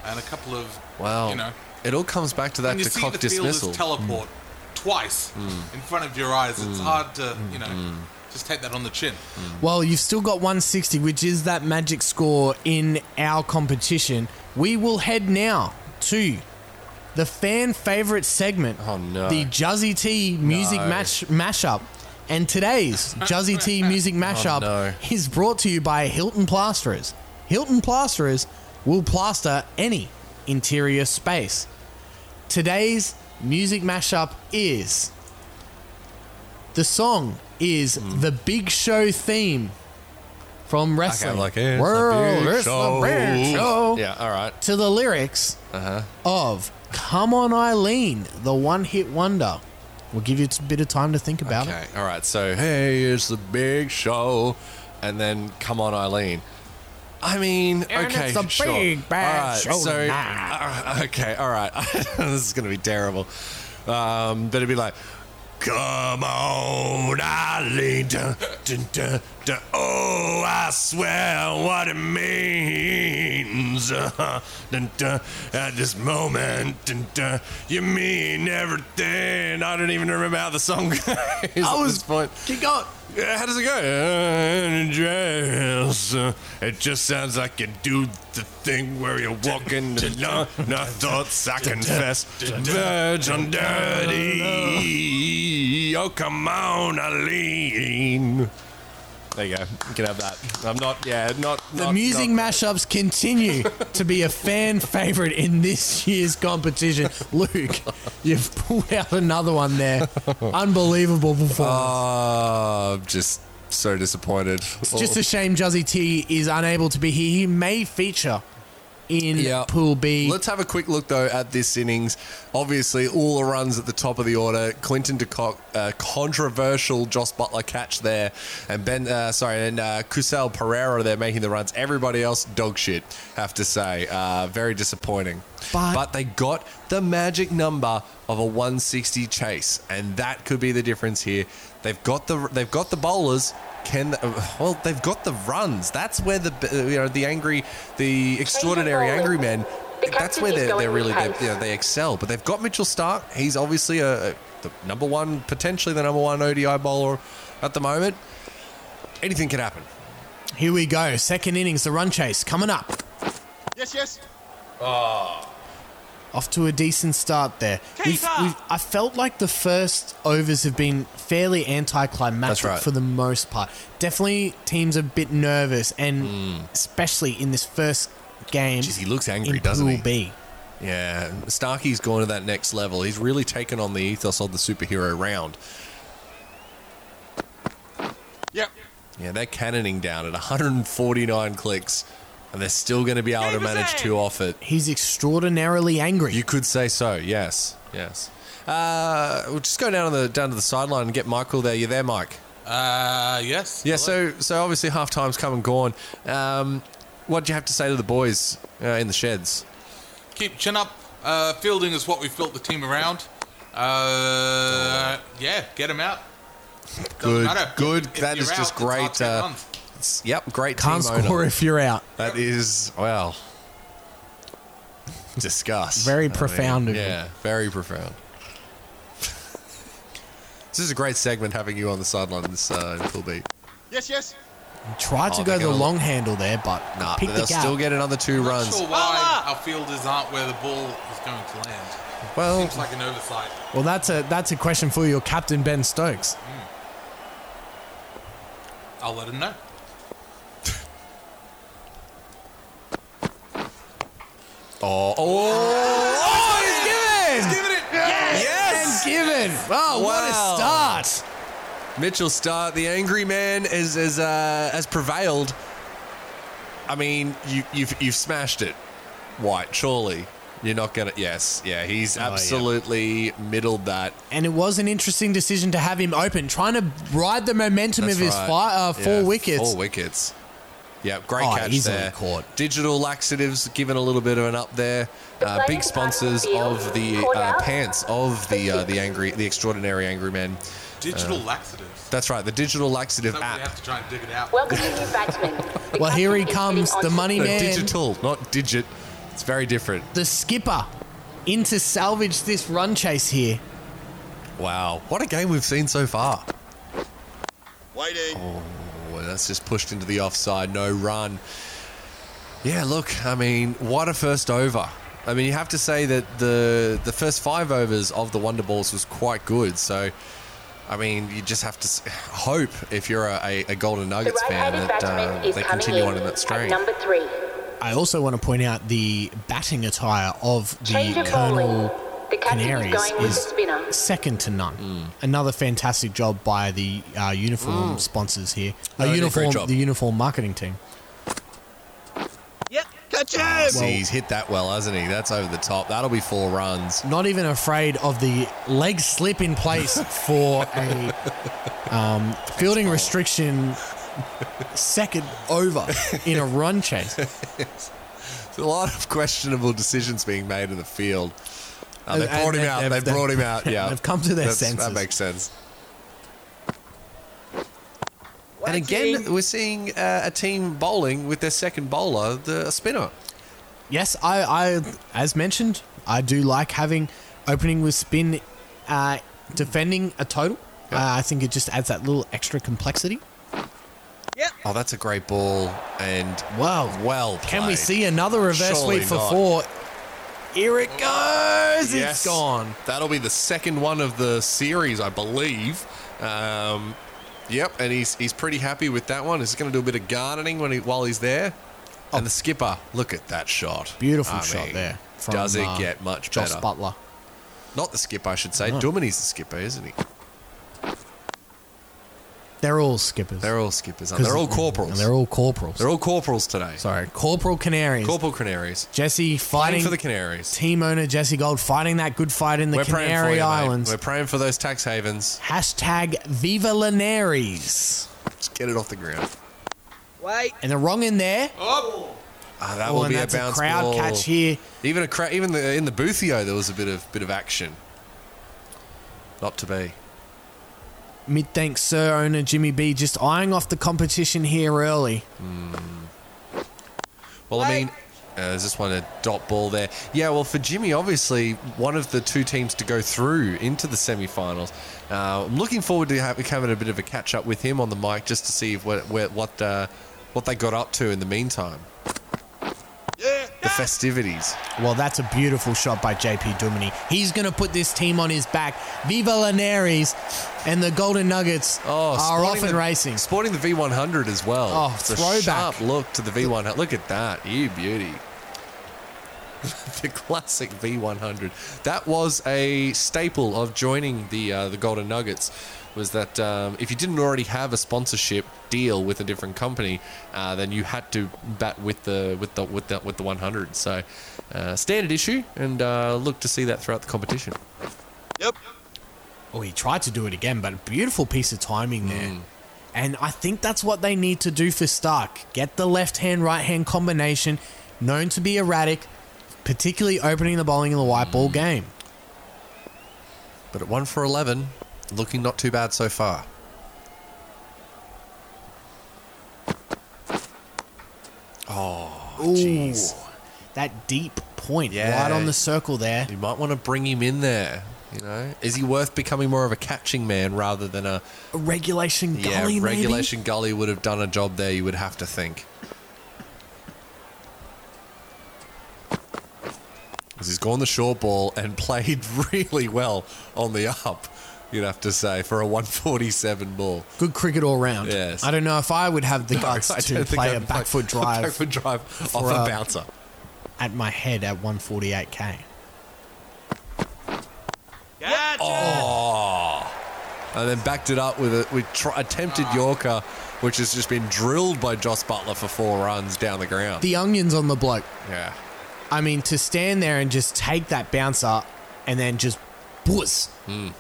Speaker 3: and a couple of
Speaker 2: Wow,
Speaker 3: you know
Speaker 2: it all comes back to that
Speaker 3: when you see
Speaker 2: Decock
Speaker 3: the
Speaker 2: dismissal. Hmm.
Speaker 3: fielders teleport twice in front of your eyes,
Speaker 2: Hmm.
Speaker 3: it's hard to you know just take that on the chin.
Speaker 1: well, you've still got 160, which is that magic score in our competition. We will head now to the fan favorite segment.
Speaker 2: Oh, no.
Speaker 1: The Juzzy T music
Speaker 2: No.
Speaker 1: match mashup. And today's Juzzy T music mashup
Speaker 2: Oh, no.
Speaker 1: is brought to you by Hilton Plasterers. Hilton Plasterers will plaster any interior space. Today's music mashup is the song is
Speaker 2: Hmm.
Speaker 1: the Big Show theme from wrestling.
Speaker 2: eh, it's a
Speaker 1: World
Speaker 2: big
Speaker 1: Wrestling Big Show.
Speaker 2: Yeah, Uh-huh. all right.
Speaker 1: To the lyrics of "Come On Eileen," the one-hit wonder. We'll give you a bit of time to think about
Speaker 2: Okay,
Speaker 1: it.
Speaker 2: all right. So, hey, it's the big show, and then come on, Eileen. I mean,
Speaker 1: And
Speaker 2: okay,
Speaker 1: it's a
Speaker 2: sure.
Speaker 1: big, bad show
Speaker 2: So,
Speaker 1: tonight.
Speaker 2: all right, okay, all right. this is gonna be terrible. Um, but it'd be like, come on, Eileen. Dun, dun, dun, dun. Oh, I swear what it means. Uh, dun, dun. At this moment, dun, dun. you mean everything. I don't even remember how the song goes. at
Speaker 1: was-
Speaker 2: this point.
Speaker 1: Keep going.
Speaker 2: Yeah, How does it go? Uh, dress, uh, It just sounds like you do the thing where you're walking and no, no thoughts, I confess. Virgin dirty. Oh, come on, Eileen. There you go. You can have that. I'm not, yeah, not.
Speaker 1: The
Speaker 2: not-
Speaker 1: music
Speaker 2: not-
Speaker 1: mashups continue to be a fan favorite in this year's competition. Luke, you've pulled out another one there. Unbelievable performance.
Speaker 2: Ah, I'm just so disappointed.
Speaker 1: It's just a shame Juzzy T is unable to be here. He may feature in
Speaker 2: Yeah.
Speaker 1: Pool B.
Speaker 2: Let's have a quick look though at this innings. Obviously, all the runs at the top of the order. Clinton de Kock, uh, controversial Joss Butler catch there, and Ben, uh, sorry, and uh, Kusel Pereira there making the runs. Everybody else dog shit, have to say. Uh, very disappointing.
Speaker 1: But-
Speaker 2: they got the magic number of a 160 chase, and that could be the difference here. They've got the they've got the bowlers. Can well they've got the runs. That's where the uh, you know the angry the extraordinary angry men. That's where they're, they're really they you know, they excel. But they've got Mitchell Stark. He's obviously a, a the number one potentially the number one ODI bowler at the moment. Anything can happen.
Speaker 1: Here we go. Second innings, the run chase coming up.
Speaker 4: Yes, yes.
Speaker 1: Off to a decent start there. We've-
Speaker 4: Keeper!
Speaker 1: we've- I felt like the first overs have been fairly anticlimactic
Speaker 2: That's right.
Speaker 1: for the most part. Definitely teams a bit nervous, and especially in this first game.
Speaker 2: Hmm. Jeez, he looks angry,
Speaker 1: in
Speaker 2: doesn't
Speaker 1: Pool
Speaker 2: he?
Speaker 1: B.
Speaker 2: Yeah, Starkey's gone to that next level. He's really taken on the ethos of the superhero round.
Speaker 4: Yep.
Speaker 2: Yeah, they're cannoning down at 149 clicks, and they're still going to be able to
Speaker 4: Keeper's
Speaker 2: manage
Speaker 4: in.
Speaker 2: two off it.
Speaker 1: He's extraordinarily angry.
Speaker 2: You could say so. Yes, yes. Uh, we'll just go down to the down to the sideline and get Michael there. You there, Mike?
Speaker 3: Uh, yes.
Speaker 2: Yeah. So so obviously half time's come and gone. Um, what do you have to say to the boys uh, in the sheds?
Speaker 3: Keep chin up. Uh, fielding is what we've built the team around. Uh, yeah, get him out.
Speaker 2: Good,
Speaker 3: matter.
Speaker 2: good.
Speaker 3: If
Speaker 2: That
Speaker 3: you're
Speaker 2: is
Speaker 3: out,
Speaker 2: just
Speaker 3: it's our
Speaker 2: great.
Speaker 3: two
Speaker 2: Uh,
Speaker 3: months.
Speaker 2: it's- yep, great.
Speaker 1: Can't
Speaker 2: team owner.
Speaker 1: score if you're out.
Speaker 2: That is well, discuss.
Speaker 1: Very profound of you.
Speaker 2: yeah, very profound. this is a great segment having you on the sideline. This uh, in full beat.
Speaker 4: Yes, yes.
Speaker 1: Tried
Speaker 2: Oh,
Speaker 1: to
Speaker 2: they're
Speaker 1: go the
Speaker 2: gonna-
Speaker 1: long handle there, but
Speaker 2: Nah,
Speaker 1: picked the
Speaker 2: but they'll
Speaker 1: gap.
Speaker 2: still get another two
Speaker 3: Not
Speaker 2: runs.
Speaker 3: sure why our fielders aren't where the ball is going to land.
Speaker 2: Well,
Speaker 3: Seems like an oversight.
Speaker 1: well, that's a that's a question for your captain Ben Stokes.
Speaker 3: I'll let him know.
Speaker 2: oh, oh,
Speaker 1: He's given.
Speaker 3: Give it. Yeah.
Speaker 2: yes!
Speaker 1: Given. Oh,
Speaker 2: Wow.
Speaker 1: what a start!
Speaker 2: Mitchell Starr, the angry man, is is uh, has prevailed. I mean, you, you've you've smashed it, White. Surely you're not gonna. Yes, yeah, he's
Speaker 1: Oh, yeah.
Speaker 2: absolutely middled that.
Speaker 1: And it was an interesting decision to have him open, trying to ride the momentum
Speaker 2: That's
Speaker 1: of his
Speaker 2: right.
Speaker 1: fi- uh, four
Speaker 2: Yeah,
Speaker 1: wickets.
Speaker 2: Four wickets. Yeah, great
Speaker 1: Oh,
Speaker 2: catch
Speaker 1: easily
Speaker 2: there.
Speaker 1: caught.
Speaker 2: Digital laxatives given a little bit of an up there. Uh, big sponsors of the uh, pants of the uh, the angry the extraordinary angry men.
Speaker 3: Digital laxatives.
Speaker 2: That's right, the digital laxative
Speaker 3: So we
Speaker 2: Uh, app.
Speaker 3: have to try and dig it out.
Speaker 5: Welcome to new batsman. The
Speaker 1: Well, here he
Speaker 5: captain
Speaker 1: comes,
Speaker 5: is sitting on
Speaker 1: the money
Speaker 2: No,
Speaker 1: man.
Speaker 2: digital, not digit. It's very different.
Speaker 1: The skipper in to salvage this run chase here.
Speaker 2: Wow, what a game we've seen so far.
Speaker 4: Waiting.
Speaker 2: Oh. Boy, that's just pushed into the offside, no run. Yeah, look, I mean, what a first over. I mean, you have to say that the the first five overs of the Wonder Balls was quite good. So, I mean, you just have to s- hope if you're a, a, a Golden
Speaker 5: The
Speaker 2: Nuggets fan
Speaker 5: right-handed
Speaker 2: that
Speaker 5: batsman
Speaker 2: uh,
Speaker 5: is
Speaker 2: they
Speaker 5: coming
Speaker 2: continue
Speaker 5: in
Speaker 2: on in that
Speaker 5: at
Speaker 2: strain.
Speaker 5: number three.
Speaker 1: I also want to point out the batting attire of
Speaker 5: Change
Speaker 1: the
Speaker 5: of bowling.
Speaker 1: Colonel
Speaker 5: The captain is
Speaker 1: Canaries
Speaker 5: going with the
Speaker 1: is
Speaker 5: spinner.
Speaker 1: second to none.
Speaker 2: Mm.
Speaker 1: Another fantastic job by the uh, uniform sponsors here.
Speaker 2: No,
Speaker 1: Uh,
Speaker 2: they did a great
Speaker 1: uniform,
Speaker 2: job.
Speaker 1: the uniform marketing team.
Speaker 4: Yep. Catch
Speaker 2: See,
Speaker 4: him.
Speaker 2: he's hit that well, hasn't he? That's over the top. That'll be four runs.
Speaker 1: Not even afraid of the leg slip in place for a um, fielding restriction second over in a run chase.
Speaker 2: There's a lot of questionable decisions being made in the field. Uh, they
Speaker 1: And-
Speaker 2: brought him
Speaker 1: and
Speaker 2: out. They
Speaker 1: they've-
Speaker 2: brought him out. Yeah,
Speaker 1: they've come to their
Speaker 2: That
Speaker 1: senses.
Speaker 2: makes sense. And
Speaker 4: Waiting.
Speaker 2: again, we're seeing uh, a team bowling with their second bowler, the a spinner.
Speaker 1: Yes, I, I, as mentioned, I do like having opening with spin, uh, defending a total. Uh, I think it just adds that little extra complexity.
Speaker 4: Yep.
Speaker 2: Oh, that's a great ball and
Speaker 1: Wow,
Speaker 2: well. Played.
Speaker 1: Can we see another reverse
Speaker 2: Surely
Speaker 1: sweep for
Speaker 2: not.
Speaker 1: four? Here it goes. It's gone.
Speaker 2: That'll be the second one of the series, I believe. Um, yep, and he's he's pretty happy with that one. He's going to do a bit of gardening when he, while he's there. And the skipper, look at that shot.
Speaker 1: Beautiful shot there from,
Speaker 2: does it
Speaker 1: uh,
Speaker 2: get much
Speaker 1: Josh
Speaker 2: better?
Speaker 1: Butler.
Speaker 2: Not the skipper, I should say.
Speaker 1: No.
Speaker 2: Dumini's the skipper, isn't he?
Speaker 1: They're all skippers.
Speaker 2: They're all skippers. aren't they? They're all corporals.
Speaker 1: And they're all corporals.
Speaker 2: They're all corporals today.
Speaker 1: Sorry, corporal canaries.
Speaker 2: Corporal Canaries.
Speaker 1: Jesse
Speaker 2: Playing
Speaker 1: fighting
Speaker 2: for the Canaries.
Speaker 1: team owner Jesse Gold fighting that good fight in the
Speaker 2: We're praying for
Speaker 1: Canary
Speaker 2: you, mate.
Speaker 1: Islands.
Speaker 2: We're praying for those tax havens.
Speaker 1: Hashtag Viva Linares.
Speaker 2: Just get it off the ground.
Speaker 4: Wait.
Speaker 1: And the wrong in there.
Speaker 3: Oh,
Speaker 2: Ah, that
Speaker 1: Oh,
Speaker 2: will
Speaker 1: and
Speaker 2: be a
Speaker 1: that's
Speaker 2: bounce
Speaker 1: crowd
Speaker 2: ball.
Speaker 1: catch here.
Speaker 2: Even a cra- even the, in the Boothio, there was a bit of bit of action. Not to be.
Speaker 1: Mid thanks, sir owner Jimmy B just eyeing off the competition here early.
Speaker 2: Well, I mean, uh, there's just one a dot ball there. Yeah, well, for Jimmy, obviously, one of the two teams to go through into the semi-finals. Uh, I'm looking forward to ha- having a bit of a catch up with him on the mic just to see what where, what uh, what they got up to in the meantime.
Speaker 4: Yeah.
Speaker 2: the festivities.
Speaker 1: Well, that's a beautiful shot by JP Duminy. He's going to put this team on his back. Viva Linares and the Golden Nuggets are
Speaker 2: Oh, sporting
Speaker 1: off and
Speaker 2: the-
Speaker 1: racing.
Speaker 2: Sporting the V100 as well.
Speaker 1: Oh,
Speaker 2: it's a
Speaker 1: throwback.
Speaker 2: sharp look to the V100. Look at that. You beauty. the classic V100. That was a staple of joining the uh, the Golden Nuggets. Was that um, if you didn't already have a sponsorship deal with a different company, uh, then you had to bat with the with the with the with the 100. So uh, standard issue, and uh, look to see that throughout the competition.
Speaker 4: Yep.
Speaker 1: Oh, he tried to do it again, but a beautiful piece of timing there.
Speaker 2: Mm.
Speaker 1: And I think that's what they need to do for Stark. Get the left hand, right hand combination, known to be erratic, particularly opening the bowling in the white
Speaker 2: Mm.
Speaker 1: ball game.
Speaker 2: But at one for 11, looking not too bad so far.
Speaker 1: Ooh,
Speaker 2: jeez.
Speaker 1: That deep point
Speaker 2: Yeah.
Speaker 1: right on the circle there.
Speaker 2: You might want to bring him in there. You know, is he worth becoming more of a catching man rather than a
Speaker 1: A regulation gully,
Speaker 2: yeah
Speaker 1: maybe?
Speaker 2: regulation gully would have done a job there? You would have to think. Because he's gone the short ball and played really well on the up, you'd have to say, for a 147 ball.
Speaker 1: Good cricket all round.
Speaker 2: Yes.
Speaker 1: I don't know if I would have the guts
Speaker 2: I
Speaker 1: to
Speaker 2: don't think
Speaker 1: play
Speaker 2: I'd
Speaker 1: a back foot
Speaker 2: a back
Speaker 1: drive
Speaker 2: foot drive off
Speaker 1: a-
Speaker 2: a bouncer.
Speaker 1: at my head at 148k.
Speaker 4: Gotcha.
Speaker 2: Oh. and then backed it up with a with tr- attempted Yorker, which has just been drilled by Joss Butler for four runs down the ground.
Speaker 1: The onions on the bloke.
Speaker 2: yeah,
Speaker 1: I mean, to stand there and just take that bouncer and then just buzz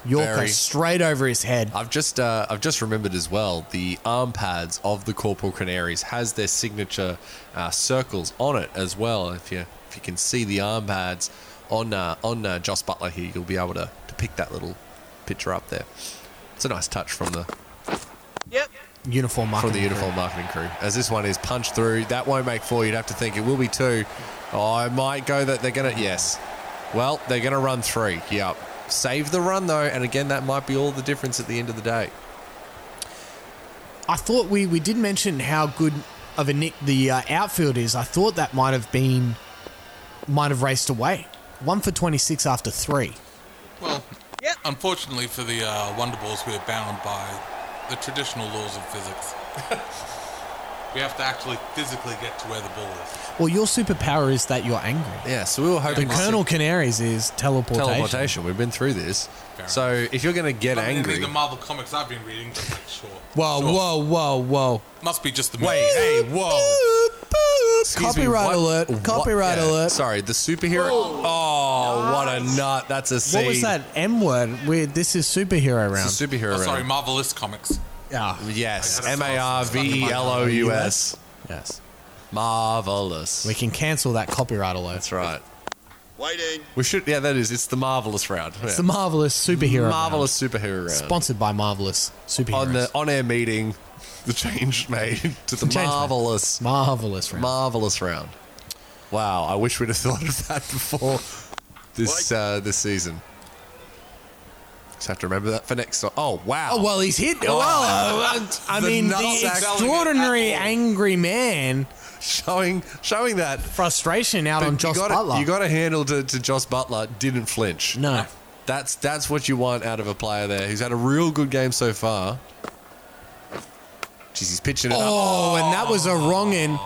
Speaker 1: Yorker
Speaker 2: very.
Speaker 1: straight over his head.
Speaker 2: I've just uh, I've just remembered as well. The arm pads of the Corporal Canaries has their signature uh, circles on it as well. If you if you can see the arm pads on uh, on uh, Joss Butler here, you'll be able to, to pick that little picture up there. It's a nice touch from the
Speaker 4: Yep.
Speaker 1: Uniform market.
Speaker 2: from the uniform marketing crew. As this one is punched through, that won't make four. You'd have to think it will be two. Oh, I might go that they're gonna. Yes. Well, they're gonna run three. Yep. Save the run though, and again, that might be all the difference at the end of the day.
Speaker 1: I thought we, we did mention how good of a nick the uh, outfield is. I thought that might have been, might have raced away. One for 26 after three.
Speaker 3: Well,
Speaker 4: Yep.
Speaker 3: unfortunately for the uh, Wonder Balls, we are bound by the traditional laws of physics. we have to actually physically get to where the ball is.
Speaker 1: Well, your superpower is that you're angry.
Speaker 2: Yeah. So we were hoping
Speaker 1: The
Speaker 2: to
Speaker 1: Colonel
Speaker 2: see-
Speaker 1: Canaries is teleportation.
Speaker 2: teleportation. We've been through this.
Speaker 3: Fair
Speaker 2: So if you're gonna get
Speaker 3: Not in any
Speaker 2: angry,
Speaker 3: of the Marvel comics I've been reading, but like, sure.
Speaker 1: Whoa,
Speaker 3: Sure.
Speaker 1: whoa, whoa, whoa.
Speaker 3: Must be just the
Speaker 2: Wait,
Speaker 3: movies.
Speaker 2: hey, whoa. Excuse me,
Speaker 1: Copyright
Speaker 2: what-
Speaker 1: alert.
Speaker 2: what-
Speaker 1: Copyright
Speaker 2: yeah,
Speaker 1: alert.
Speaker 2: Sorry, the superhero. Oh, what a nut! That's a C.
Speaker 1: What was that M word? Where this is superhero round.
Speaker 2: It's a superhero.
Speaker 3: Oh, sorry,
Speaker 2: round.
Speaker 3: Marvelous comics.
Speaker 1: Ah,
Speaker 2: Yes,
Speaker 3: I
Speaker 2: M
Speaker 3: gotta
Speaker 2: A R V E L O U S.
Speaker 1: yes.
Speaker 2: Marvelous.
Speaker 1: We can cancel that copyright alert.
Speaker 2: That's right.
Speaker 4: Waiting.
Speaker 2: We should. Yeah, that is. It's the marvelous round.
Speaker 1: It's the marvelous superhero.
Speaker 2: marvelous superhero round.
Speaker 1: round. Sponsored by marvelous superheroes.
Speaker 2: on the on-air meeting, the change made to the
Speaker 1: Change made.
Speaker 2: marvelous,
Speaker 1: marvelous round.
Speaker 2: marvelous round. Wow, I wish we'd have thought of that before this uh, this season. Just have to remember that for next. time. Oh wow!
Speaker 1: oh well, he's hit.
Speaker 2: Oh,
Speaker 1: well, uh, I
Speaker 2: the
Speaker 1: mean, the
Speaker 2: nutsack.
Speaker 1: extraordinary angry man
Speaker 2: showing showing that.
Speaker 1: frustration out on
Speaker 2: But
Speaker 1: Josh
Speaker 2: you gotta,
Speaker 1: Butler.
Speaker 2: You got to handle to, to Joss Butler. Didn't flinch.
Speaker 1: no.
Speaker 2: That's that's what you want out of a player there. He's had a real good game so far. Jeez, he's pitching it up.
Speaker 1: Oh, and that was a wrong in.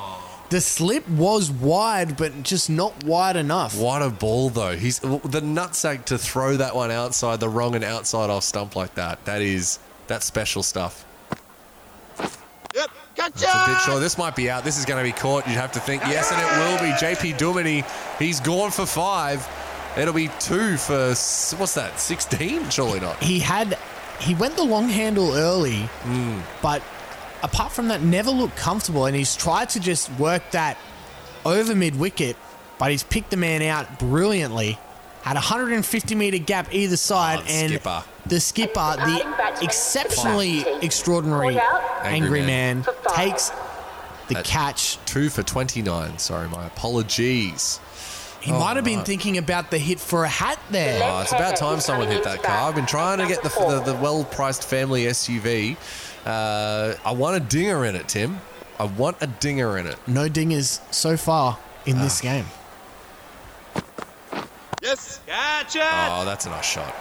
Speaker 1: The slip was wide, but just not wide enough.
Speaker 2: What a ball though. He's the nutsack to throw that one outside the wrong and outside off stump like that. That is that's special stuff.
Speaker 4: Yep. Gotcha.
Speaker 2: It's a
Speaker 1: Ah.
Speaker 2: bit short. This might be out. This is going to be caught. You'd have to think. Yes, and it will be. JP Duminy. He's gone for five. It'll be two for s- what's that? Sixteen? Surely not.
Speaker 1: He had, he went the long handle early,
Speaker 2: Hmm.
Speaker 1: but apart from that, never looked comfortable. And he's tried to just work that over mid wicket, but he's picked the man out brilliantly. Had a 150 meter gap either side,
Speaker 2: Oh, the
Speaker 1: and
Speaker 2: skipper.
Speaker 1: the skipper, the exceptionally extraordinary
Speaker 5: Called out.
Speaker 1: angry
Speaker 2: Angry man.
Speaker 1: man,
Speaker 5: For five.
Speaker 1: takes the
Speaker 2: That's-
Speaker 1: catch.
Speaker 2: Two for twenty-nine. Sorry, my apologies.
Speaker 1: He might have been thinking about the hit for a hat there.
Speaker 5: Left
Speaker 2: Oh, it's about
Speaker 5: hander
Speaker 2: time
Speaker 5: is
Speaker 2: someone
Speaker 5: running
Speaker 2: hit
Speaker 5: into
Speaker 2: that car.
Speaker 5: bat.
Speaker 2: I've been trying to get the
Speaker 5: Number
Speaker 2: the, the well-priced family SUV. Uh, I want a dinger in it, Tim. I want a dinger in it. Ah.
Speaker 1: No dingers so far in this game.
Speaker 4: Yes. Gotcha.
Speaker 2: Oh, that's a nice shot.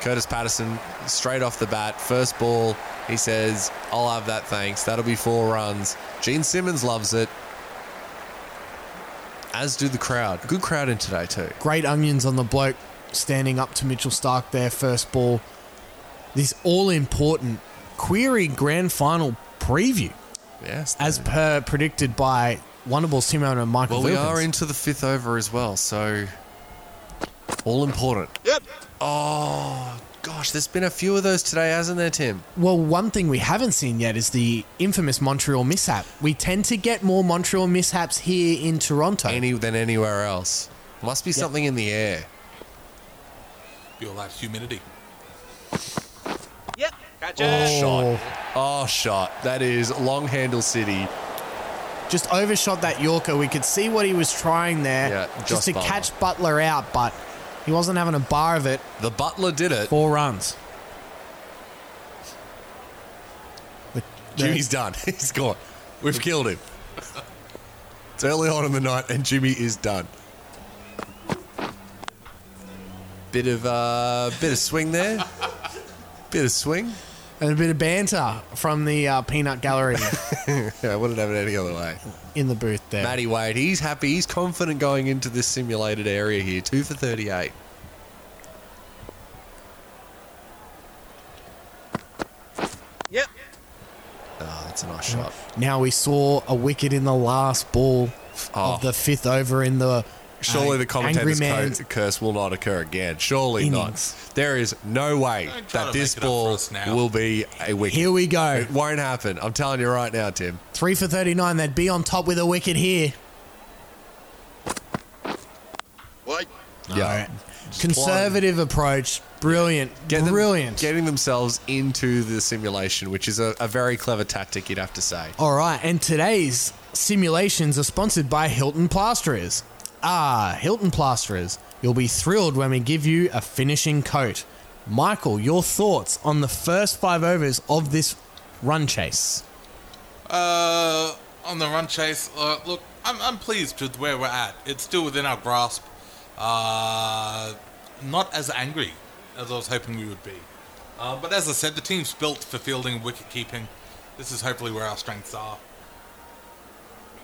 Speaker 2: Curtis Patterson, straight off the bat, first ball. He says, I'll have that, thanks. That'll be four runs. Gene Simmons loves it, as do the crowd. Good crowd in today, too.
Speaker 1: Great onions on the bloke standing up to Mitchell Stark there, first ball. This all important query grand final preview,
Speaker 2: Yes.
Speaker 1: as per predicted by Wonderball's team owner Michael
Speaker 2: well, we
Speaker 1: Wilkins.
Speaker 2: are into the fifth over as well, so all important.
Speaker 4: Yep.
Speaker 2: Oh, gosh, there's been a few of those today, hasn't there, Tim?
Speaker 1: Well, one thing we haven't seen yet is the infamous Montreal mishap. We tend to get more Montreal mishaps here in Toronto.
Speaker 2: Any than anywhere else. Must be something in the air.
Speaker 3: Your life's humidity.
Speaker 4: Yep. Gotcha.
Speaker 2: Shot. Oh, shot. That is Long Handle City.
Speaker 1: Just overshot that Yorker. We could see what he was trying there,
Speaker 2: Yeah, Joss
Speaker 1: just to
Speaker 2: Butler.
Speaker 1: catch Butler out, but he wasn't having a bar of it.
Speaker 2: The butler did it.
Speaker 1: Four runs. The- the-
Speaker 2: Jimmy's done. He's gone. We've killed him. It's early on in the night, and Jimmy is done. Bit of uh, bit of swing there. bit of swing.
Speaker 1: and a bit of banter from the uh, peanut gallery
Speaker 2: Yeah, I wouldn't have it any other way.
Speaker 1: in the booth there.
Speaker 2: Matty Wade, he's happy. He's confident going into this simulated area here. Two for thirty-eight.
Speaker 4: Yep.
Speaker 2: Oh, that's a nice shot.
Speaker 1: Now we saw a wicket in the last ball
Speaker 2: Oh.
Speaker 1: of the fifth over in the
Speaker 2: Surely
Speaker 1: uh, angry
Speaker 2: the commentator's
Speaker 1: man
Speaker 2: co- curse will not occur again. Surely
Speaker 1: Innings.
Speaker 2: not. There is no way
Speaker 3: Don't try
Speaker 2: that
Speaker 3: to
Speaker 2: this
Speaker 3: make it up for
Speaker 2: ball
Speaker 3: us now.
Speaker 2: will be a wicket.
Speaker 1: Here we go.
Speaker 2: It won't happen. I'm telling you right now, Tim.
Speaker 1: Three for 39. They'd be on top with a wicket here.
Speaker 4: Wait.
Speaker 2: Yeah.
Speaker 1: Conservative approach. Brilliant.
Speaker 2: Get them-
Speaker 1: Brilliant.
Speaker 2: Getting themselves into the simulation, which is a, a very clever tactic, you'd have to say.
Speaker 1: All right. And today's simulations are sponsored by Hilton Plasterers. Ah, Hilton Plasterers. You'll be thrilled when we give you a finishing coat. Michael, your thoughts on the first five overs of this run chase?
Speaker 3: Uh, on the run chase, uh, look, I'm, I'm pleased with where we're at. It's still within our grasp. Uh, not as angry as I was hoping we would be. Uh, but as I said, the team's built for fielding and wicket keeping. This is hopefully where our strengths are.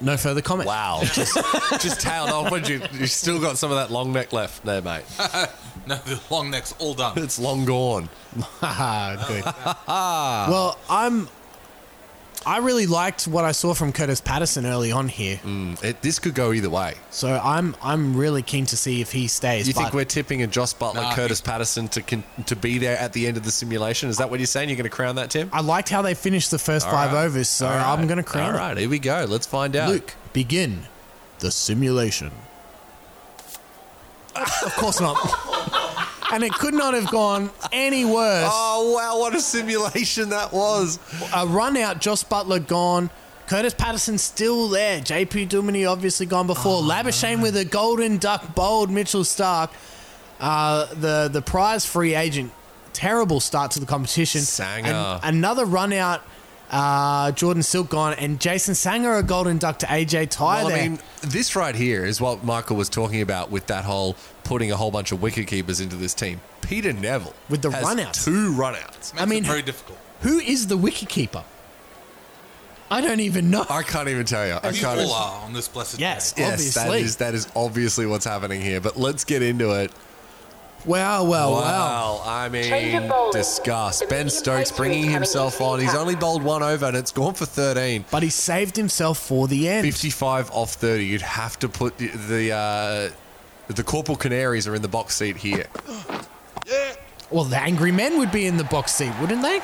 Speaker 1: No further comment.
Speaker 2: Wow. just, just tailed off, but you, you still got some of that long neck left there, mate.
Speaker 3: No, the long neck's all done.
Speaker 2: It's long gone.
Speaker 1: Haha, good. well, I'm. I really liked what I saw from Curtis Patterson early on here.
Speaker 2: Mm, it, this could go either way.
Speaker 1: So I'm I'm really keen to see if he stays.
Speaker 2: You think
Speaker 1: but
Speaker 2: we're tipping a Joss Butler,
Speaker 3: Nah, I
Speaker 2: Curtis Patterson to con- to be there at the end of the simulation? Is that what you're saying? You're going to crown that, Tim?
Speaker 1: I liked how they finished the first
Speaker 2: All
Speaker 1: five
Speaker 2: right.
Speaker 1: overs, so
Speaker 2: All right.
Speaker 1: I'm going to crown
Speaker 2: All right, here we go. Let's find
Speaker 1: it.
Speaker 2: out.
Speaker 1: Luke, begin the simulation. of course not. and it could not have gone any worse.
Speaker 2: Oh wow, what a simulation that was!
Speaker 1: A run out, Joss Butler gone. Curtis Patterson still there. JP Duminy obviously gone before.
Speaker 2: Oh,
Speaker 1: Labuschagne with a golden duck, bold Mitchell Stark. Uh, the the prize free agent. Terrible start to the competition.
Speaker 2: Sanger.
Speaker 1: And another run out. Uh, Jordan Silk gone and Jason Sanger a golden duck to AJ Ty
Speaker 2: Well,
Speaker 1: there.
Speaker 2: I mean, this right here is what Michael was talking about with that whole putting a whole bunch of wicket keepers into this team. Peter Neville
Speaker 1: With the
Speaker 2: has
Speaker 1: runouts.
Speaker 2: two runouts.
Speaker 3: Makes
Speaker 1: I mean-
Speaker 3: it very difficult.
Speaker 1: Who is the wicket keeper? I don't even know.
Speaker 2: I can't even tell you. I
Speaker 3: We
Speaker 2: can't.
Speaker 3: all are on this blessed
Speaker 1: Yes.
Speaker 3: day.
Speaker 2: yes, that
Speaker 1: Obviously.
Speaker 2: is that is obviously what's happening here. But let's get into it.
Speaker 1: Wow, well, Oh, wow.
Speaker 2: Wow, I
Speaker 5: Change
Speaker 2: mean,
Speaker 5: of bowling.
Speaker 2: disgust.
Speaker 5: The
Speaker 2: Ben
Speaker 5: medium
Speaker 2: Stokes
Speaker 5: post
Speaker 2: bringing
Speaker 5: is coming
Speaker 2: himself
Speaker 5: into
Speaker 2: on. He's
Speaker 5: attack.
Speaker 2: only bowled one over and it's gone for 13.
Speaker 1: But he saved himself for the end.
Speaker 2: 55 off 30. You'd have to put the the, uh, the Corporal Canaries are in the box seat here.
Speaker 4: Yeah.
Speaker 1: Well, the angry men would be in the box seat, wouldn't they?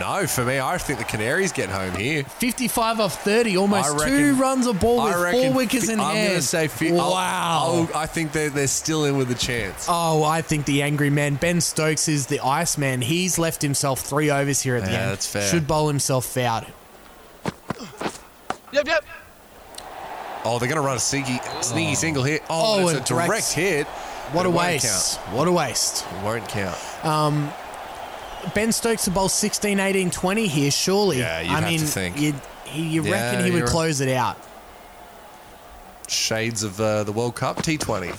Speaker 2: No, for me, I think the Canaries get home here.
Speaker 1: 55 off 30, almost
Speaker 2: I
Speaker 1: two
Speaker 2: reckon-
Speaker 1: runs a ball with
Speaker 2: I reckon
Speaker 1: four wickets
Speaker 2: fi-
Speaker 1: in
Speaker 2: I'm
Speaker 1: hand.
Speaker 2: gonna say fi- I'll-
Speaker 1: wow.
Speaker 2: I'll- i think they're, they're still in with a chance.
Speaker 1: oh, I think the angry man, Ben Stokes, is the Iceman. He's left himself three overs here at the
Speaker 2: Yeah,
Speaker 1: end.
Speaker 2: that's fair.
Speaker 1: Should bowl himself out.
Speaker 4: Yep. Yep.
Speaker 2: Oh, they're going to run a sneaky, sneaky single here. Oh,
Speaker 1: Oh,
Speaker 2: and
Speaker 1: and
Speaker 2: it's a direct
Speaker 1: Brex-
Speaker 2: hit.
Speaker 1: What
Speaker 2: It
Speaker 1: a
Speaker 2: won't
Speaker 1: waste. What a waste.
Speaker 2: count. It won't count.
Speaker 1: Ben Stokes to bowl 16, 18, 20 here, surely.
Speaker 2: Yeah, you'd
Speaker 1: I
Speaker 2: have to
Speaker 1: mean,
Speaker 2: think.
Speaker 1: You'd, he, you
Speaker 2: Yeah,
Speaker 1: reckon he would
Speaker 2: you're-
Speaker 1: close it out.
Speaker 2: Shades of uh, the World Cup T20.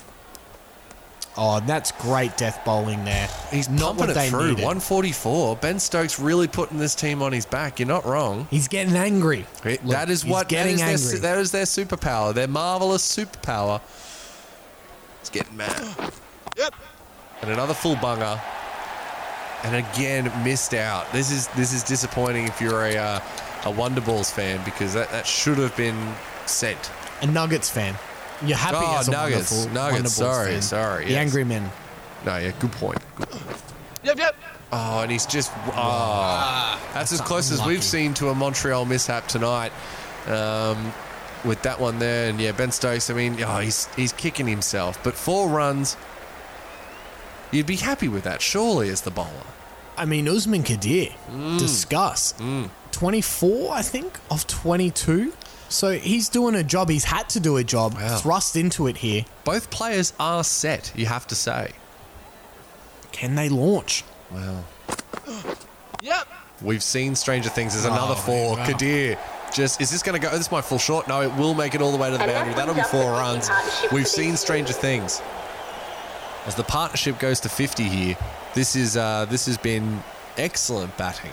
Speaker 1: Oh, that's great death bowling there.
Speaker 2: He's
Speaker 1: not
Speaker 2: pumping
Speaker 1: what
Speaker 2: it
Speaker 1: they
Speaker 2: through.
Speaker 1: needed.
Speaker 2: 144. Ben Stokes really putting this team on his back. You're not wrong.
Speaker 1: He's getting angry.
Speaker 2: It-
Speaker 1: Look,
Speaker 2: that is
Speaker 1: he's
Speaker 2: what
Speaker 1: getting
Speaker 2: that, is
Speaker 1: angry.
Speaker 2: Their, that is their superpower. Their marvelous superpower. It's getting mad.
Speaker 4: Yep.
Speaker 2: And another full bunger. And again, missed out. This is this is disappointing if you're a uh, a Wonder Balls fan because that, that should have been sent.
Speaker 1: a Nuggets fan. You're happy
Speaker 2: Oh,
Speaker 1: as a
Speaker 2: Nuggets,
Speaker 1: wonderful,
Speaker 2: Nuggets,
Speaker 1: Wonder Bulls
Speaker 2: sorry,
Speaker 1: fan.
Speaker 2: sorry,
Speaker 1: The
Speaker 2: yes.
Speaker 1: angry men.
Speaker 2: No, yeah, good point. Good-
Speaker 4: Yep. Yep.
Speaker 2: Oh, and he's just oh, that's as close as
Speaker 1: unlucky.
Speaker 2: we've seen to a Montreal mishap tonight. Um, with that one there, and yeah, Ben Stokes. I mean, oh, he's he's kicking himself. But four runs, you'd be happy with that, surely, as the bowler.
Speaker 1: I mean, Usman Kadir,
Speaker 2: Mm.
Speaker 1: discuss. 24, I think, of 22. So he's doing a job. He's had to do a job,
Speaker 2: Wow.
Speaker 1: thrust into it here.
Speaker 2: Both players are set. You have to say.
Speaker 1: Can they launch?
Speaker 2: Wow.
Speaker 4: Yep.
Speaker 2: We've seen Stranger Things. There's another
Speaker 1: Oh,
Speaker 2: four. Kadir. Just is this going to go? This might fall short. No, it will make it all the way to the
Speaker 5: And that
Speaker 2: boundary. That'll be
Speaker 5: brings up
Speaker 2: four
Speaker 5: the
Speaker 2: runs.
Speaker 5: partnership
Speaker 2: We've
Speaker 5: for
Speaker 2: seen
Speaker 5: these
Speaker 2: Stranger Things. As the partnership goes to 50 here, this is uh, this has been excellent batting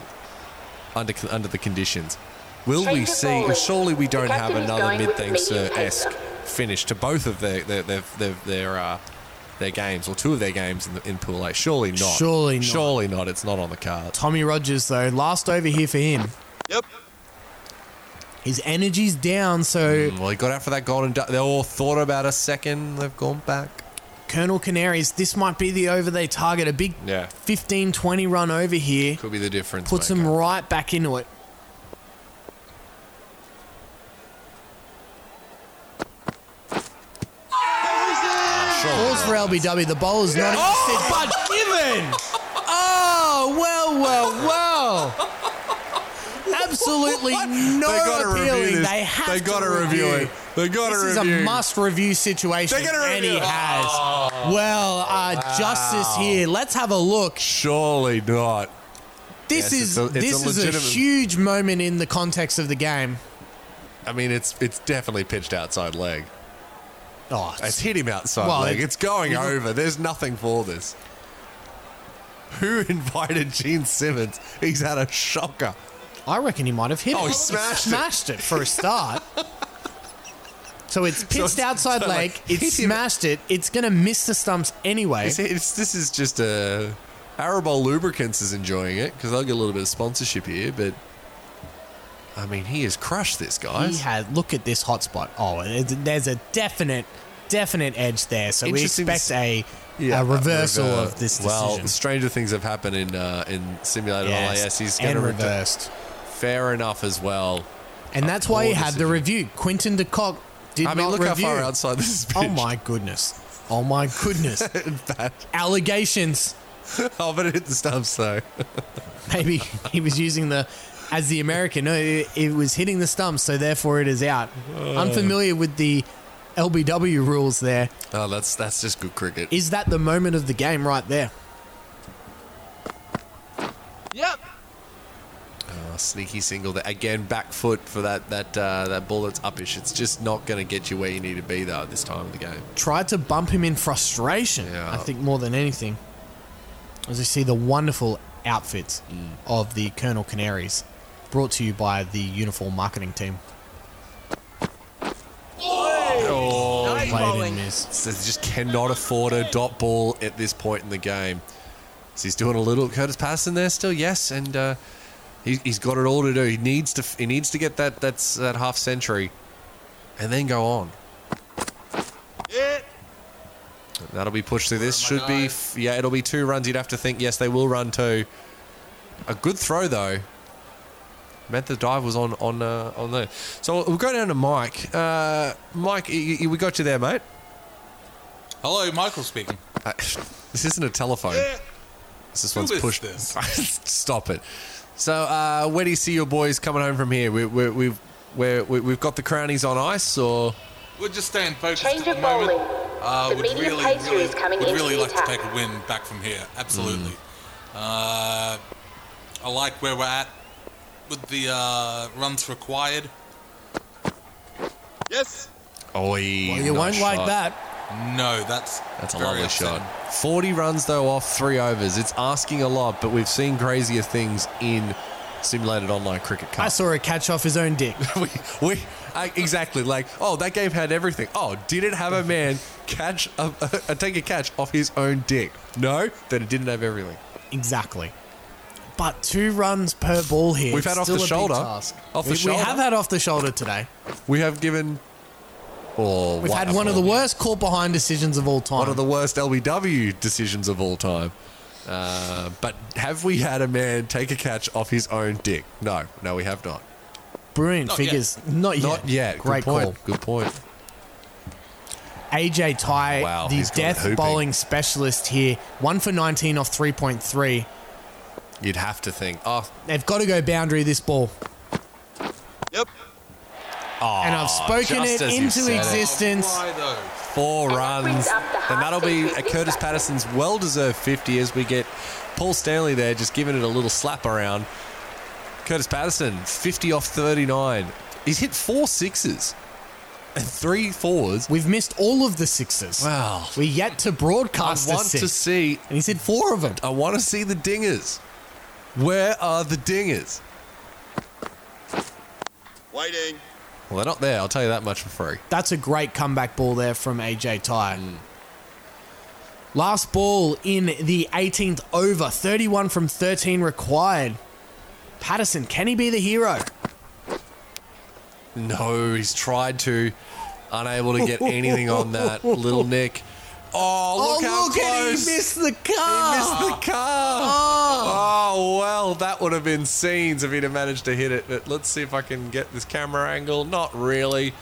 Speaker 2: under under the conditions. Will we
Speaker 5: Change of
Speaker 2: see?
Speaker 5: bowling.
Speaker 2: Surely we don't
Speaker 5: The
Speaker 2: have
Speaker 5: captain is
Speaker 2: another
Speaker 5: going with
Speaker 2: mid-thing
Speaker 5: medium
Speaker 2: esque
Speaker 5: pacer.
Speaker 2: finish to both of their their their their, their uh, their games or two of their games in, the, in Pool A. Surely not.
Speaker 1: Surely not.
Speaker 2: Surely not. It's not on the cards.
Speaker 1: Tommy Rogers, though, last over here for him.
Speaker 4: Yep.
Speaker 1: His energy's down, so
Speaker 2: Well, he got out for that golden duck. They all thought about a second. They've gone back.
Speaker 1: Colonel Canaries, this might be the over they target. A big
Speaker 2: Yeah.
Speaker 1: fifteen twenty 15 20 run over here
Speaker 2: Could be the difference.
Speaker 1: puts
Speaker 2: maker.
Speaker 1: them right back into it. Balls for LBW. The bowler's not
Speaker 2: Oh!
Speaker 1: interested, but given. Oh, well, well, well. Absolutely no
Speaker 2: they gotta
Speaker 1: appealing.
Speaker 2: review this.
Speaker 1: They have
Speaker 2: they
Speaker 1: to
Speaker 2: gotta review it. They gotta
Speaker 1: This is
Speaker 2: review.
Speaker 1: a must-review situation,
Speaker 2: They're gonna
Speaker 1: and he
Speaker 2: review Oh. it.
Speaker 1: has. well, uh, justice here. Let's have a look.
Speaker 2: Surely not.
Speaker 1: This
Speaker 2: Yes,
Speaker 1: is
Speaker 2: it's a- it's
Speaker 1: this
Speaker 2: a
Speaker 1: is a
Speaker 2: legitimate-
Speaker 1: huge moment in the context of the game.
Speaker 2: I mean, it's it's definitely pitched outside leg.
Speaker 1: Oh,
Speaker 2: It's hit him outside
Speaker 1: Well,
Speaker 2: leg.
Speaker 1: it-
Speaker 2: It's going over. There's nothing for this. Who invited Gene Simmons? He's had a shocker.
Speaker 1: I reckon he might have hit
Speaker 2: Oh,
Speaker 1: it.
Speaker 2: he smashed it.
Speaker 1: smashed it. for a start. so it's pitched
Speaker 2: it's-
Speaker 1: outside
Speaker 2: so,
Speaker 1: leg.
Speaker 2: like,
Speaker 1: It's
Speaker 2: hit him.
Speaker 1: smashed it. It's going to miss the stumps anyway.
Speaker 2: It's, it's, this is just a. Arable Lubricants is enjoying it because they'll get a little bit of sponsorship here, but. I mean, he has crushed this,
Speaker 1: He
Speaker 2: guys.
Speaker 1: had look at this hotspot. Oh, it- there's a definite, definite edge there. So we
Speaker 2: Interesting to
Speaker 1: expect a,
Speaker 2: s- Yeah, uh,
Speaker 1: a reversal
Speaker 2: rever-
Speaker 1: of this
Speaker 2: Well,
Speaker 1: decision.
Speaker 2: stranger things have happened in uh, in simulated
Speaker 1: Yes,
Speaker 2: LAS. He's going
Speaker 1: and
Speaker 2: to
Speaker 1: reversed,
Speaker 2: Fair enough as well.
Speaker 1: and that's why he
Speaker 2: poor
Speaker 1: had
Speaker 2: decision.
Speaker 1: the review. Quinton de Kock did
Speaker 2: I mean,
Speaker 1: not
Speaker 2: look
Speaker 1: review.
Speaker 2: how far outside this is.
Speaker 1: oh my goodness! Oh my goodness! Allegations.
Speaker 2: oh, but it hit the stumps though.
Speaker 1: Maybe he was using the as the American. No, it, it was hitting the stumps, so therefore it is out. Unfamiliar with the LBW rules. There
Speaker 2: Oh, that's that's just good cricket.
Speaker 1: is that the moment of the game right there.
Speaker 4: Yep.
Speaker 2: Oh, sneaky single there again. Back foot for that that uh, that ball that's upish. It's just not going to get you where you need to be though at this time of the game.
Speaker 1: Tried to bump him in frustration.
Speaker 2: Yeah.
Speaker 1: I think more than anything, as we see the wonderful outfits of the Colonel Canaries, brought to you by the uniform marketing team.
Speaker 2: Oh,
Speaker 4: Nice
Speaker 1: Played in
Speaker 4: bowling.
Speaker 1: miss.
Speaker 2: So they just cannot afford a dot ball at this point in the game. So he's doing a little Curtis Patterson there still, yes, and uh, he, he's got it all to do. He needs to he needs to get that that's that half century, and then go on.
Speaker 4: Yeah.
Speaker 2: That'll be pushed through. This
Speaker 3: Oh my
Speaker 2: should be
Speaker 3: God.
Speaker 2: f- yeah, it'll be two runs. You'd have to think yes, they will run two. A good throw though. Meant the dive was on on uh, on there. So we'll go down to Mike. Uh, Mike, y- y- we got you there, mate.
Speaker 3: Hello, Michael speaking.
Speaker 2: Uh, this isn't a telephone.
Speaker 4: Yeah.
Speaker 2: This
Speaker 3: Who
Speaker 2: one's
Speaker 3: is
Speaker 2: pushed.
Speaker 3: this?
Speaker 2: Stop it. So, uh, where do you see your boys coming home from here? We, we, we've we're, we, we've got the crownies on ice, or
Speaker 3: We're just staying focused
Speaker 5: Change
Speaker 3: at
Speaker 5: of
Speaker 3: the
Speaker 5: bowling.
Speaker 3: moment. Uh,
Speaker 5: the
Speaker 3: would
Speaker 5: medium
Speaker 3: really,
Speaker 5: pacer
Speaker 3: really,
Speaker 5: is coming
Speaker 3: would
Speaker 5: into
Speaker 3: really
Speaker 5: the
Speaker 3: like
Speaker 5: attack.
Speaker 3: to take a win back from here.
Speaker 2: Mm.
Speaker 3: Absolutely. Uh, I like where we're at with the uh, runs required.
Speaker 4: Yes.
Speaker 2: oh,
Speaker 1: Well, you won't like that.
Speaker 3: No, that's
Speaker 2: That's a
Speaker 3: very
Speaker 2: lovely
Speaker 3: upsetting.
Speaker 2: shot. 40 runs, though, off three overs. It's asking a lot, but we've seen crazier things in simulated online cricket
Speaker 1: I
Speaker 2: cup.
Speaker 1: saw a catch off his own dick.
Speaker 2: we, we, I, exactly. Like, oh, that game had everything. Oh, did it have a man catch, a, a, take a catch off his own dick? No, then it didn't have everything.
Speaker 1: Exactly. But two runs per ball here.
Speaker 2: We've had
Speaker 1: It's
Speaker 2: off the
Speaker 1: still a big
Speaker 2: shoulder.
Speaker 1: task.
Speaker 2: Off the
Speaker 1: we,
Speaker 2: shoulder.
Speaker 1: We have had off the shoulder today.
Speaker 2: We have given. Oh,
Speaker 1: We've
Speaker 2: what
Speaker 1: had
Speaker 2: a
Speaker 1: one of the
Speaker 2: ball.
Speaker 1: worst caught behind decisions of all time.
Speaker 2: one of the worst LBW decisions of all time. Uh, but have we had a man take a catch off his own dick? No, no, we have not.
Speaker 1: brilliant
Speaker 3: Not yet.
Speaker 1: figures. Not yet.
Speaker 2: Not yet.
Speaker 1: Great
Speaker 2: Good point.
Speaker 1: call.
Speaker 2: Good point.
Speaker 1: AJ Ty,
Speaker 2: Wow,
Speaker 1: the
Speaker 2: he's got it
Speaker 1: death
Speaker 2: hooping.
Speaker 1: bowling specialist here. One for 19 off 3.3.
Speaker 2: You'd have to think. Oh,
Speaker 1: They've got to go boundary this ball.
Speaker 4: Yep.
Speaker 2: oh
Speaker 1: And I've spoken it
Speaker 2: just as you
Speaker 1: into
Speaker 2: said it.
Speaker 1: exist- Distance.
Speaker 3: Oh, why though?
Speaker 2: Four
Speaker 5: And that brings
Speaker 2: runs,
Speaker 5: up the
Speaker 2: and that'll be
Speaker 5: half-century
Speaker 2: a Curtis
Speaker 5: discussion.
Speaker 2: Patterson's well-deserved fifty as we get Paul Stanley there, just giving it a little slap around. Curtis Patterson, fifty off thirty-nine. He's hit four sixes and three fours.
Speaker 1: We've missed all of the sixes.
Speaker 2: Wow.
Speaker 1: We're yet to
Speaker 2: I
Speaker 1: broadcast the
Speaker 2: want
Speaker 1: six.
Speaker 2: to see
Speaker 1: and he said four of them.
Speaker 2: I want to see the dingers. Where are the dingers?
Speaker 4: Waiting.
Speaker 2: Well, they're not there. I'll tell you that much for free.
Speaker 1: That's a great comeback ball there from AJ Ty. Last ball in the 18th over, 31 from 13 required. Patterson, can he be the hero?
Speaker 2: No, he's tried to, unable to get anything on that little Nick. Oh, look how
Speaker 1: at
Speaker 2: close!
Speaker 1: he missed the
Speaker 2: He
Speaker 1: car.
Speaker 2: missed the car.
Speaker 1: Ah.
Speaker 2: Oh. well, that would have been scenes if he'd have managed to hit it. But let's see if I can get this camera angle. Not really,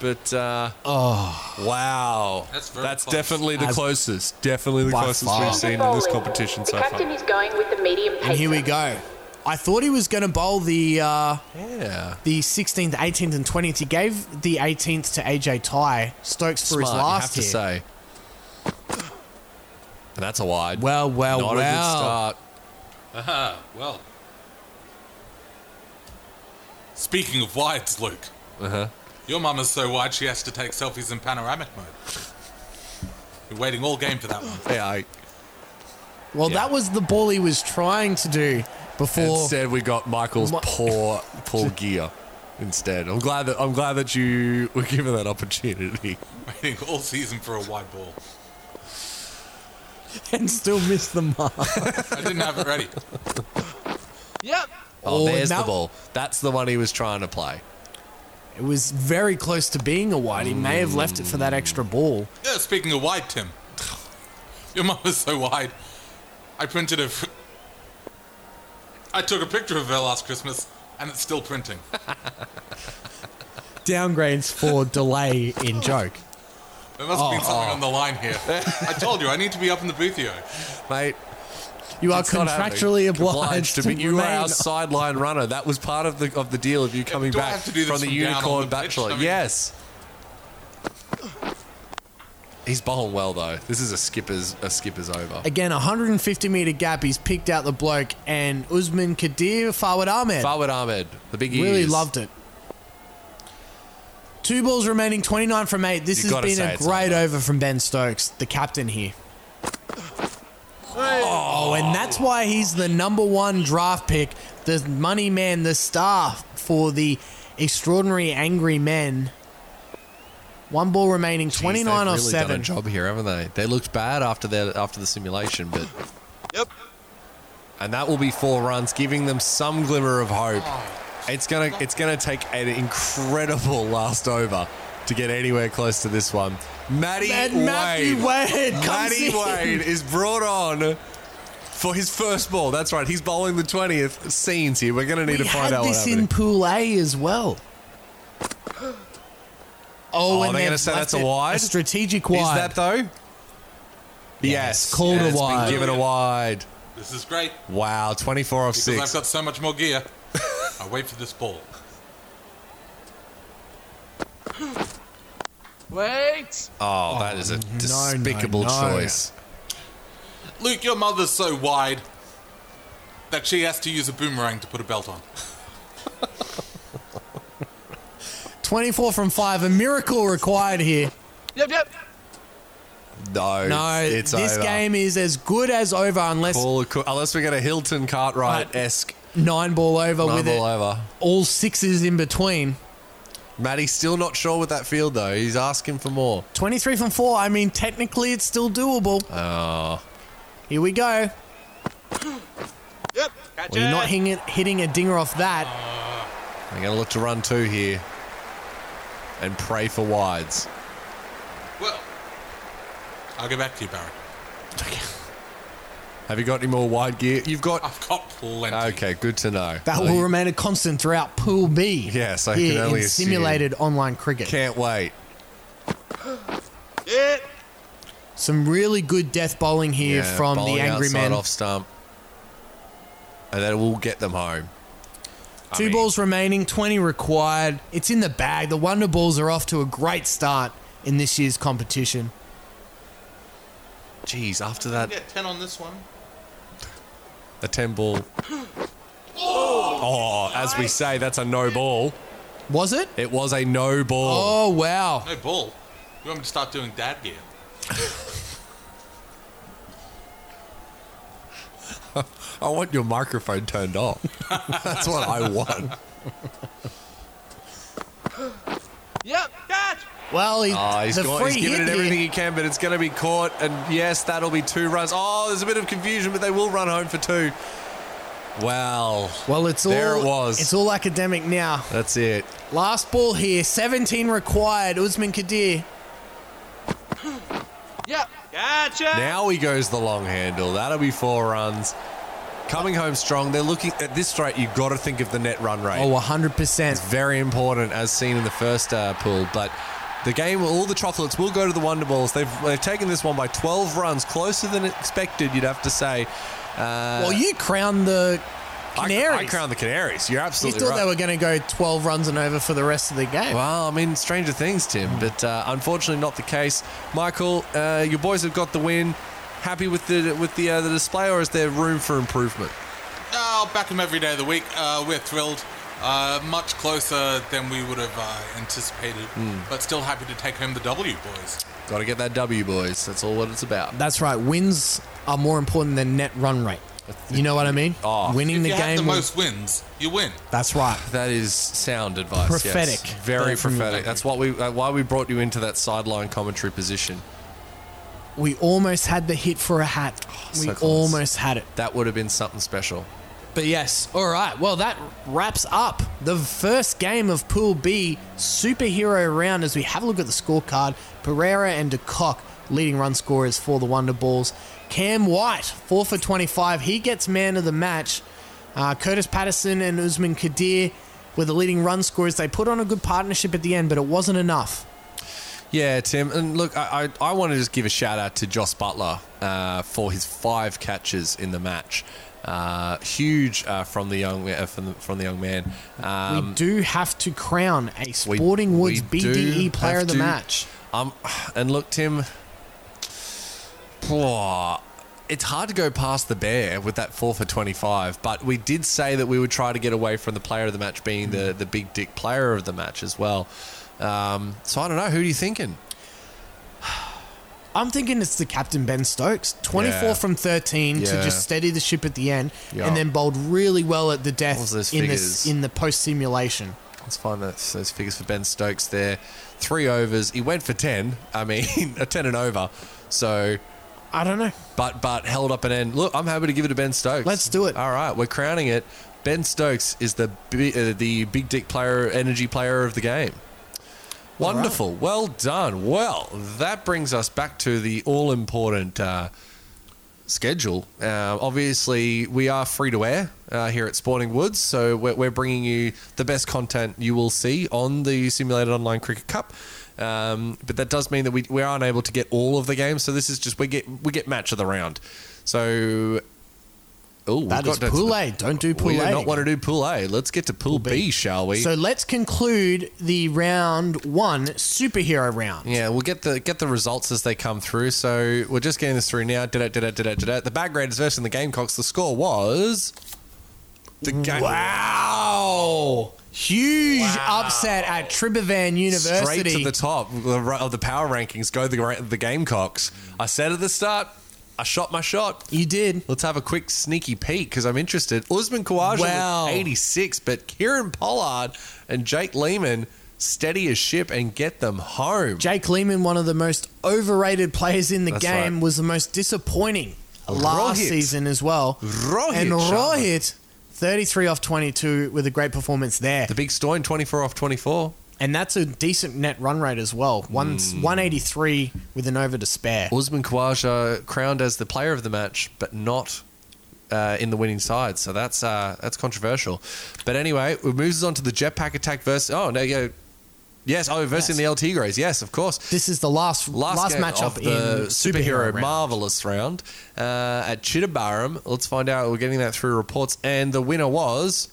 Speaker 2: but uh, oh, wow,
Speaker 3: That's very close.
Speaker 2: definitely the
Speaker 1: As-
Speaker 2: closest, definitely the
Speaker 1: By
Speaker 2: closest
Speaker 1: far.
Speaker 2: we've seen in this competition
Speaker 5: the
Speaker 2: so far.
Speaker 5: captain is going with the medium pace.
Speaker 1: and here we go. I thought he was going to bowl the uh,
Speaker 2: Yeah.
Speaker 1: the 16th, 18th, and 20th. He gave the 18th to AJ Ty Stokes for his
Speaker 2: Smart,
Speaker 1: last
Speaker 2: you
Speaker 1: year.
Speaker 2: have to say. And that's a wide.
Speaker 1: Well, well,
Speaker 2: Not a good
Speaker 1: well.
Speaker 2: start. Uh,
Speaker 3: Ah, well. Speaking of wides, Luke.
Speaker 2: Uh-huh.
Speaker 3: Your mum is so wide she has to take selfies in panoramic mode. You're waiting all game for that one.
Speaker 2: Yeah, I,
Speaker 1: Well,
Speaker 2: Yeah.
Speaker 1: that was the ball he was trying to do before.
Speaker 2: instead we got Michael's
Speaker 1: Mi-
Speaker 2: poor, poor gear. Instead, I'm glad that I'm glad that you were given that opportunity.
Speaker 3: Waiting all season for a wide ball.
Speaker 1: and still missed the mark.
Speaker 3: I didn't have it ready.
Speaker 4: Yep.
Speaker 2: Oh,
Speaker 1: Oh,
Speaker 2: there's
Speaker 1: now-
Speaker 2: the ball. That's the one he was trying to play.
Speaker 1: It was very close to being a wide. He may have left it for that extra ball.
Speaker 3: Yeah, speaking of wide, Tim. Your mum is so wide. I printed a. F- I took a picture of her last Christmas, and it's still printing.
Speaker 1: Downgrades for delay in joke.
Speaker 3: There must have
Speaker 2: Oh.
Speaker 3: been something on the line here. I told you, I need to be up in the booth here.
Speaker 2: Mate,
Speaker 1: You are
Speaker 2: it's not happening.
Speaker 1: contractually obliged to,
Speaker 2: be. You are
Speaker 1: remain-
Speaker 2: our sideline runner. That was part of the of the deal of you coming
Speaker 3: do I
Speaker 2: back
Speaker 3: have to do this
Speaker 2: from the
Speaker 3: from down on
Speaker 2: Unicorn
Speaker 3: the pitch?
Speaker 2: Bachelor.
Speaker 3: I mean-
Speaker 2: yes. He's bowling well though. This is a skipper's a skipper's over.
Speaker 1: Again, 150 meter gap. He's picked out the bloke and Usman Kadir Fawad Ahmed
Speaker 2: Farward Ahmed, the big
Speaker 1: really
Speaker 2: ears.
Speaker 1: loved it. Two balls remaining, 29 from eight. This has
Speaker 2: You gotta
Speaker 1: been
Speaker 2: say
Speaker 1: a
Speaker 2: it's
Speaker 1: great
Speaker 2: over.
Speaker 1: over from Ben Stokes, the captain here. Oh, and that's why he's the number one draft pick, the money man, the star for the extraordinary angry men. One ball remaining,
Speaker 2: Jeez,
Speaker 1: 29
Speaker 2: they've
Speaker 1: off
Speaker 2: really Done
Speaker 1: seven.
Speaker 2: a job here, haven't they? They looked bad after their after the simulation, but
Speaker 4: Yep.
Speaker 2: and that will be four runs, giving them some glimmer of hope.
Speaker 1: Oh.
Speaker 2: It's gonna it's gonna take an incredible last over to get anywhere close to this one. Matty
Speaker 1: And Matthew
Speaker 2: Wade,
Speaker 1: Wade comes
Speaker 2: Matty
Speaker 1: in.
Speaker 2: Wade is brought on for his first ball. That's right, he's bowling the twentieth. Scenes here. We're gonna need
Speaker 1: we
Speaker 2: to find
Speaker 1: had
Speaker 2: out
Speaker 1: this
Speaker 2: what
Speaker 1: in
Speaker 2: happened.
Speaker 1: Pool A as well. Oh,
Speaker 2: Oh,
Speaker 1: and
Speaker 2: they're gonna
Speaker 1: they've
Speaker 2: say
Speaker 1: left
Speaker 2: that's a
Speaker 1: it
Speaker 2: wide?
Speaker 1: strategic
Speaker 2: Is
Speaker 1: wide.
Speaker 2: that though? Yes,
Speaker 1: called
Speaker 2: yeah,
Speaker 1: a
Speaker 2: it's been
Speaker 1: wide.
Speaker 2: given a wide.
Speaker 3: This is great
Speaker 2: Wow, twenty-four off
Speaker 3: because
Speaker 2: six.
Speaker 3: I've got so much more gear. I wait for this ball.
Speaker 4: Wait.
Speaker 2: Oh, that is a despicable
Speaker 1: no, no.
Speaker 2: choice.
Speaker 3: Luke, your mother's so wide that she has to use a boomerang to put a belt on.
Speaker 1: 24 from 5, a miracle required here.
Speaker 4: Yep. Yep.
Speaker 2: No,
Speaker 1: No,
Speaker 2: it's
Speaker 1: this
Speaker 2: over.
Speaker 1: game is as good as over unless
Speaker 2: All co- unless we get a Hilton Cartwright esque
Speaker 1: nine ball over
Speaker 2: ball
Speaker 1: with it,
Speaker 2: over.
Speaker 1: all sixes in between.
Speaker 2: Matty's still not sure with that field though. He's asking for more.
Speaker 1: 23 from four. I mean, technically, it's still doable. Oh. Here we go.
Speaker 4: Yep. Catch
Speaker 1: Well, you're not hitting, hitting a dinger off that.
Speaker 2: I'm going to look to run two here and pray for wides.
Speaker 3: Well, I'll get back to you, Barry.
Speaker 2: Have you got any more wide gear? You've got.
Speaker 3: I've got plenty.
Speaker 2: Okay, good to know.
Speaker 1: That
Speaker 2: So
Speaker 1: will
Speaker 2: you
Speaker 1: remain a constant throughout Pool B.
Speaker 2: Yes, I
Speaker 1: here
Speaker 2: can only
Speaker 1: in
Speaker 2: assume.
Speaker 1: simulated online cricket.
Speaker 2: Can't wait.
Speaker 4: Yeah.
Speaker 1: Some really good death bowling here
Speaker 2: Yeah,
Speaker 1: from the
Speaker 2: bowling
Speaker 1: angry
Speaker 2: outside
Speaker 1: men.
Speaker 2: off stump, and that will get them home. I
Speaker 1: Two
Speaker 2: mean,
Speaker 1: balls remaining, 20 required. It's in the bag. The Wonder Balls are off to a great start in this year's competition.
Speaker 2: Jeez, after that,
Speaker 3: Get 10 on this one.
Speaker 2: a ten ball. Oh, as we say, that's a no ball.
Speaker 1: Was it?
Speaker 2: It was a no ball.
Speaker 1: Oh, wow.
Speaker 3: No ball. You want me to start doing dad gear?
Speaker 2: I want your microphone turned off. That's what I want.
Speaker 4: Yep. Catch.
Speaker 1: Well, he,
Speaker 2: Oh, he's,
Speaker 1: the
Speaker 2: got,
Speaker 1: free
Speaker 2: he's given
Speaker 1: hit
Speaker 2: it
Speaker 1: here-
Speaker 2: everything he can, but it's going to be caught. And yes, that'll be two runs. Oh, there's a bit of confusion, but they will run home for two. Well,
Speaker 1: Well, it's all
Speaker 2: There it was.
Speaker 1: It's all academic now.
Speaker 2: that's it.
Speaker 1: Last ball here, 17 required. Usman Kadir.
Speaker 4: Yep. Catch. it.
Speaker 2: Now he goes the long handle. That'll be four runs. Coming home strong. They're looking at this rate. You've got to think of the net run rate.
Speaker 1: Oh, 100%.
Speaker 2: very important as seen in the first uh, pool. But the game, all the chocolates will go to the Wonder Balls. They've, they've taken this one by 12 runs, closer than expected, you'd have to say.
Speaker 1: well, you crowned the
Speaker 2: I-
Speaker 1: Canaries.
Speaker 2: I, crowned the Canaries. You're
Speaker 1: you
Speaker 2: absolutely
Speaker 1: thought
Speaker 2: right.
Speaker 1: they were going to go 12 runs and over for the rest of the game.
Speaker 2: well, I mean, stranger things,
Speaker 1: Hmm.
Speaker 2: Tim, but uh, unfortunately not the case. Michael, uh, your boys have got the win. Happy with the with the uh, the display, or is there room for improvement?
Speaker 3: I'll back him every day of the week. Uh, we're thrilled. Uh, much closer than we would have uh, anticipated,
Speaker 1: Hmm.
Speaker 3: but still happy to take home the W, boys.
Speaker 2: Got to get that W, boys. That's all what it's about.
Speaker 1: That's right. Wins are more important than net run rate. You know what I mean?
Speaker 2: Oh.
Speaker 1: Winning
Speaker 3: if
Speaker 1: the
Speaker 3: you
Speaker 1: game.
Speaker 3: have the
Speaker 1: will-
Speaker 3: most wins, you win.
Speaker 1: that's right.
Speaker 2: That is sound advice. yes.
Speaker 1: Prophetic.
Speaker 2: Very
Speaker 1: That's from the
Speaker 2: prophetic.
Speaker 1: back.
Speaker 2: That's what we uh, why we brought you into that sideline commentary position.
Speaker 1: We almost had the hit for a hat.
Speaker 2: so
Speaker 3: Oh,
Speaker 1: we
Speaker 2: close.
Speaker 1: almost had it.
Speaker 2: That would have been something special.
Speaker 1: But yes, all right. Well, that wraps up the first game of Pool B superhero round as we have a look at the scorecard. Pereira and De Kock leading run scorers for the Wonder Balls. Cam White, 4 for 25. He gets man of the match. Uh, Curtis Patterson and Usman Kadir were the leading run scorers. They put on a good partnership at the end, but it wasn't enough.
Speaker 2: Yeah, Tim. And look, I, I, I want to just give a shout out to Joss Butler uh, for his five catches in the match. Uh, huge uh, from the young uh, from the, from the young man. Um,
Speaker 1: we do have to crown a
Speaker 2: We-
Speaker 1: Sporting Woods
Speaker 2: we do
Speaker 1: BDE player
Speaker 2: have
Speaker 1: of the
Speaker 2: to-
Speaker 1: match.
Speaker 2: Um, and look, Tim. Pwah, it's hard to go past the bear with that four for twenty-five, but we did say that we would try to get away from the player of the match being the the big dick player of the match as well. Um, so I don't know. Who are you thinking?
Speaker 1: I'm thinking it's the captain Ben Stokes, 24
Speaker 2: Yeah.
Speaker 1: from 13 to
Speaker 2: Yeah.
Speaker 1: just steady the ship at the end,
Speaker 2: Yeah.
Speaker 1: and then bowled really well at the
Speaker 2: What
Speaker 1: death
Speaker 2: was those
Speaker 1: in
Speaker 2: figures?
Speaker 1: this in the post simulation.
Speaker 2: Let's find those, those figures for Ben Stokes there. Three overs. He went for ten. I mean, a ten and over. So,
Speaker 1: I don't know.
Speaker 2: but but held up an end. Look, I'm happy to give it to Ben Stokes.
Speaker 1: Let's do it.
Speaker 2: All right, we're crowning it. Ben Stokes is the bi- uh, the big dick player, energy player of the game. Wonderful. Well done. Well, that brings us back to the all important uh, schedule. Uh, obviously, we are free to air uh, here at Sporting Woods, so we're, we're bringing you the best content you will see on the Simulated Online Cricket Cup. Um, but that does mean that we, we aren't able to get all of the games, so this is just we get we get match of the round. So, oh,
Speaker 1: That is Pool A. Don't do Pool
Speaker 2: We
Speaker 1: A
Speaker 2: do not want to do Pool A. Let's get to Pool, B,
Speaker 1: B.
Speaker 2: shall we?
Speaker 1: So let's conclude the round one superhero round.
Speaker 2: Yeah, we'll get the get the results as they come through. So we're just getting this through now. Da-da, da-da, da-da, da-da. The bag raiders versus the Gamecocks. The score was the game.
Speaker 1: Wow. Huge upset at Tribevan University.
Speaker 2: Straight to the top of the power rankings go the, the Gamecocks. I said at the start, I shot my shot.
Speaker 1: you did.
Speaker 2: Let's have a quick sneaky peek because I'm interested. Usman Khawaja
Speaker 1: Wow.
Speaker 2: with 86, but Kieran Pollard and Jake Lehman steady as ship and get them home.
Speaker 1: Jake Lehman, one of the most overrated players in the
Speaker 2: That's
Speaker 1: game,
Speaker 2: right.
Speaker 1: was the most disappointing last
Speaker 2: Rohit.
Speaker 1: season as well.
Speaker 2: Rohit
Speaker 1: and
Speaker 2: Sharma.
Speaker 1: Rohit, 33 off 22 with a great performance there.
Speaker 2: the big Stoin 24 off 24.
Speaker 1: And that's a decent net run rate as well. One,
Speaker 2: Hmm.
Speaker 1: 183 with an over to spare.
Speaker 2: Usman Khawaja crowned as the player of the match, but not uh, in the winning side. So that's uh, that's controversial. But anyway, it moves us on to the Jetpack Attack versus. Oh no, yeah, yes, oh versus the LT Grays. Yes, of course.
Speaker 1: This is the last last,
Speaker 2: Last, game
Speaker 1: matchup
Speaker 2: of the
Speaker 1: in
Speaker 2: superhero,
Speaker 1: round.
Speaker 2: marvelous round uh, at Chittabaram. Let's find out. We're getting that through reports, and the winner was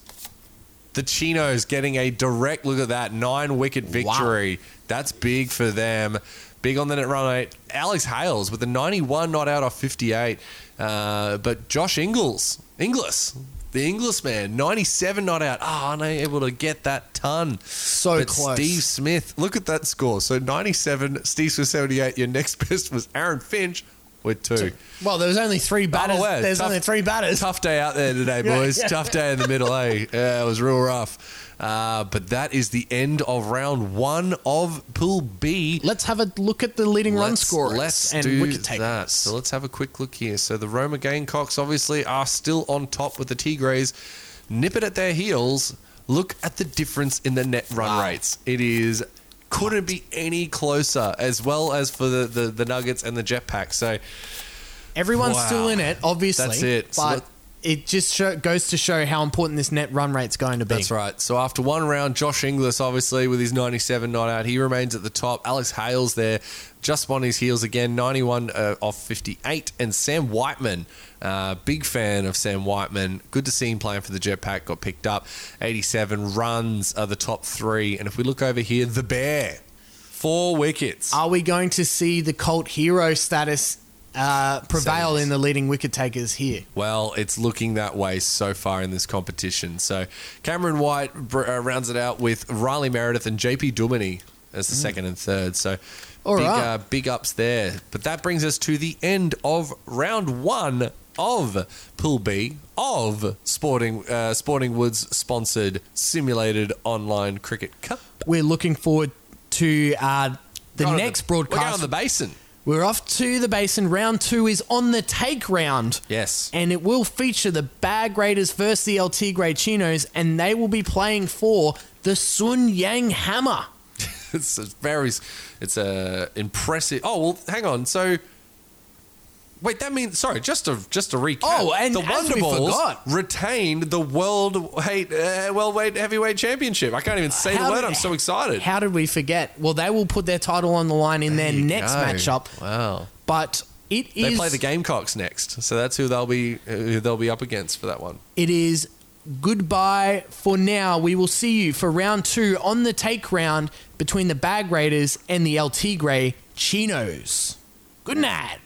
Speaker 2: the Chinos getting a direct look at that nine wicket victory. That's big for them. Big on the net run rate. Alex Hales with a 91 not out of 58. Uh, but Josh Ingles, Inglis, the Englishman, 97 not out. Ah, unable to get that ton.
Speaker 1: So
Speaker 2: But
Speaker 1: close.
Speaker 2: Steve Smith, look at that score. So 97, Steve Smith 78. Your next best was Aaron Finch with two.
Speaker 1: Well, there was only three batters.
Speaker 2: aware.
Speaker 1: There's
Speaker 2: Tough-
Speaker 1: only three batters.
Speaker 2: Tough day out there today,
Speaker 1: Yeah,
Speaker 2: boys.
Speaker 1: yeah.
Speaker 2: Tough day in the middle, eh? Yeah, it was real rough. Uh, but that is the end of round one of Pool B.
Speaker 1: Let's have a look at the leading run
Speaker 2: Let's-
Speaker 1: scorers
Speaker 2: let's
Speaker 1: and
Speaker 2: do
Speaker 1: wicket takers.
Speaker 2: that. So let's have a quick look here. So the Roma Gamecocks obviously are still on top with the Tigres. Nip it at their heels. Look at the difference in the net run rates. It is couldn't be any closer, as well as for the, the, the Nuggets and the Jetpack. So
Speaker 1: Everyone's
Speaker 2: Wow.
Speaker 1: still in it, obviously.
Speaker 2: That's it. So
Speaker 1: But
Speaker 2: let-
Speaker 1: it just show, goes to show how important this net run rate's going to be.
Speaker 2: That's right. So after one round, Josh Inglis, obviously, with his 97 not out, he remains at the top. Alex Hales there, just on his heels again, 91 uh, off 58. And Sam Whiteman, uh, big fan of Sam Whiteman. Good to see him playing for the Jetpack, got picked up. 87 runs are the top three. And if we look over here, the Bear, four wickets.
Speaker 1: Are we going to see the cult hero status uh, prevail
Speaker 2: Sevens.
Speaker 1: in the leading wicket takers here?
Speaker 2: Well, it's looking that way so far in this competition. So Cameron White br- uh, rounds it out with Riley Meredith and JP Duminy as the second and third. So
Speaker 1: All
Speaker 2: big,
Speaker 1: right.
Speaker 2: uh, big ups there. But that brings us to the end of round one of Pool B of Sporting uh, Sporting Woods sponsored simulated online cricket cup.
Speaker 1: We're looking forward to uh, the
Speaker 2: Going to
Speaker 1: next
Speaker 2: We're going
Speaker 1: broadcast.
Speaker 2: to the basin.
Speaker 1: We're off to the basin. Round two is on the take round.
Speaker 2: Yes.
Speaker 1: And it will feature the Bag Raiders versus the LT Grey Chinos, and they will be playing for the Sun Yang Hammer.
Speaker 2: it's, it's very it's a impressive oh well hang on so wait that means sorry just to just to recap
Speaker 1: Oh, and
Speaker 2: the
Speaker 1: as
Speaker 2: Wonder
Speaker 1: we
Speaker 2: Balls
Speaker 1: forgot-
Speaker 2: retained the world weight uh, welterweight heavyweight championship I can't even say
Speaker 1: How
Speaker 2: the word
Speaker 1: did-
Speaker 2: I'm so excited
Speaker 1: How did we forget? Well, they will put their title on the line in their
Speaker 2: There you
Speaker 1: next
Speaker 2: go.
Speaker 1: matchup,
Speaker 2: wow
Speaker 1: but it is
Speaker 2: they play the Gamecocks next so that's who they'll be who they'll be up against for that one
Speaker 1: It is goodbye for now. We will see you for round two on the take round between the Bag Raiders and the LT Grey Chinos. Good night.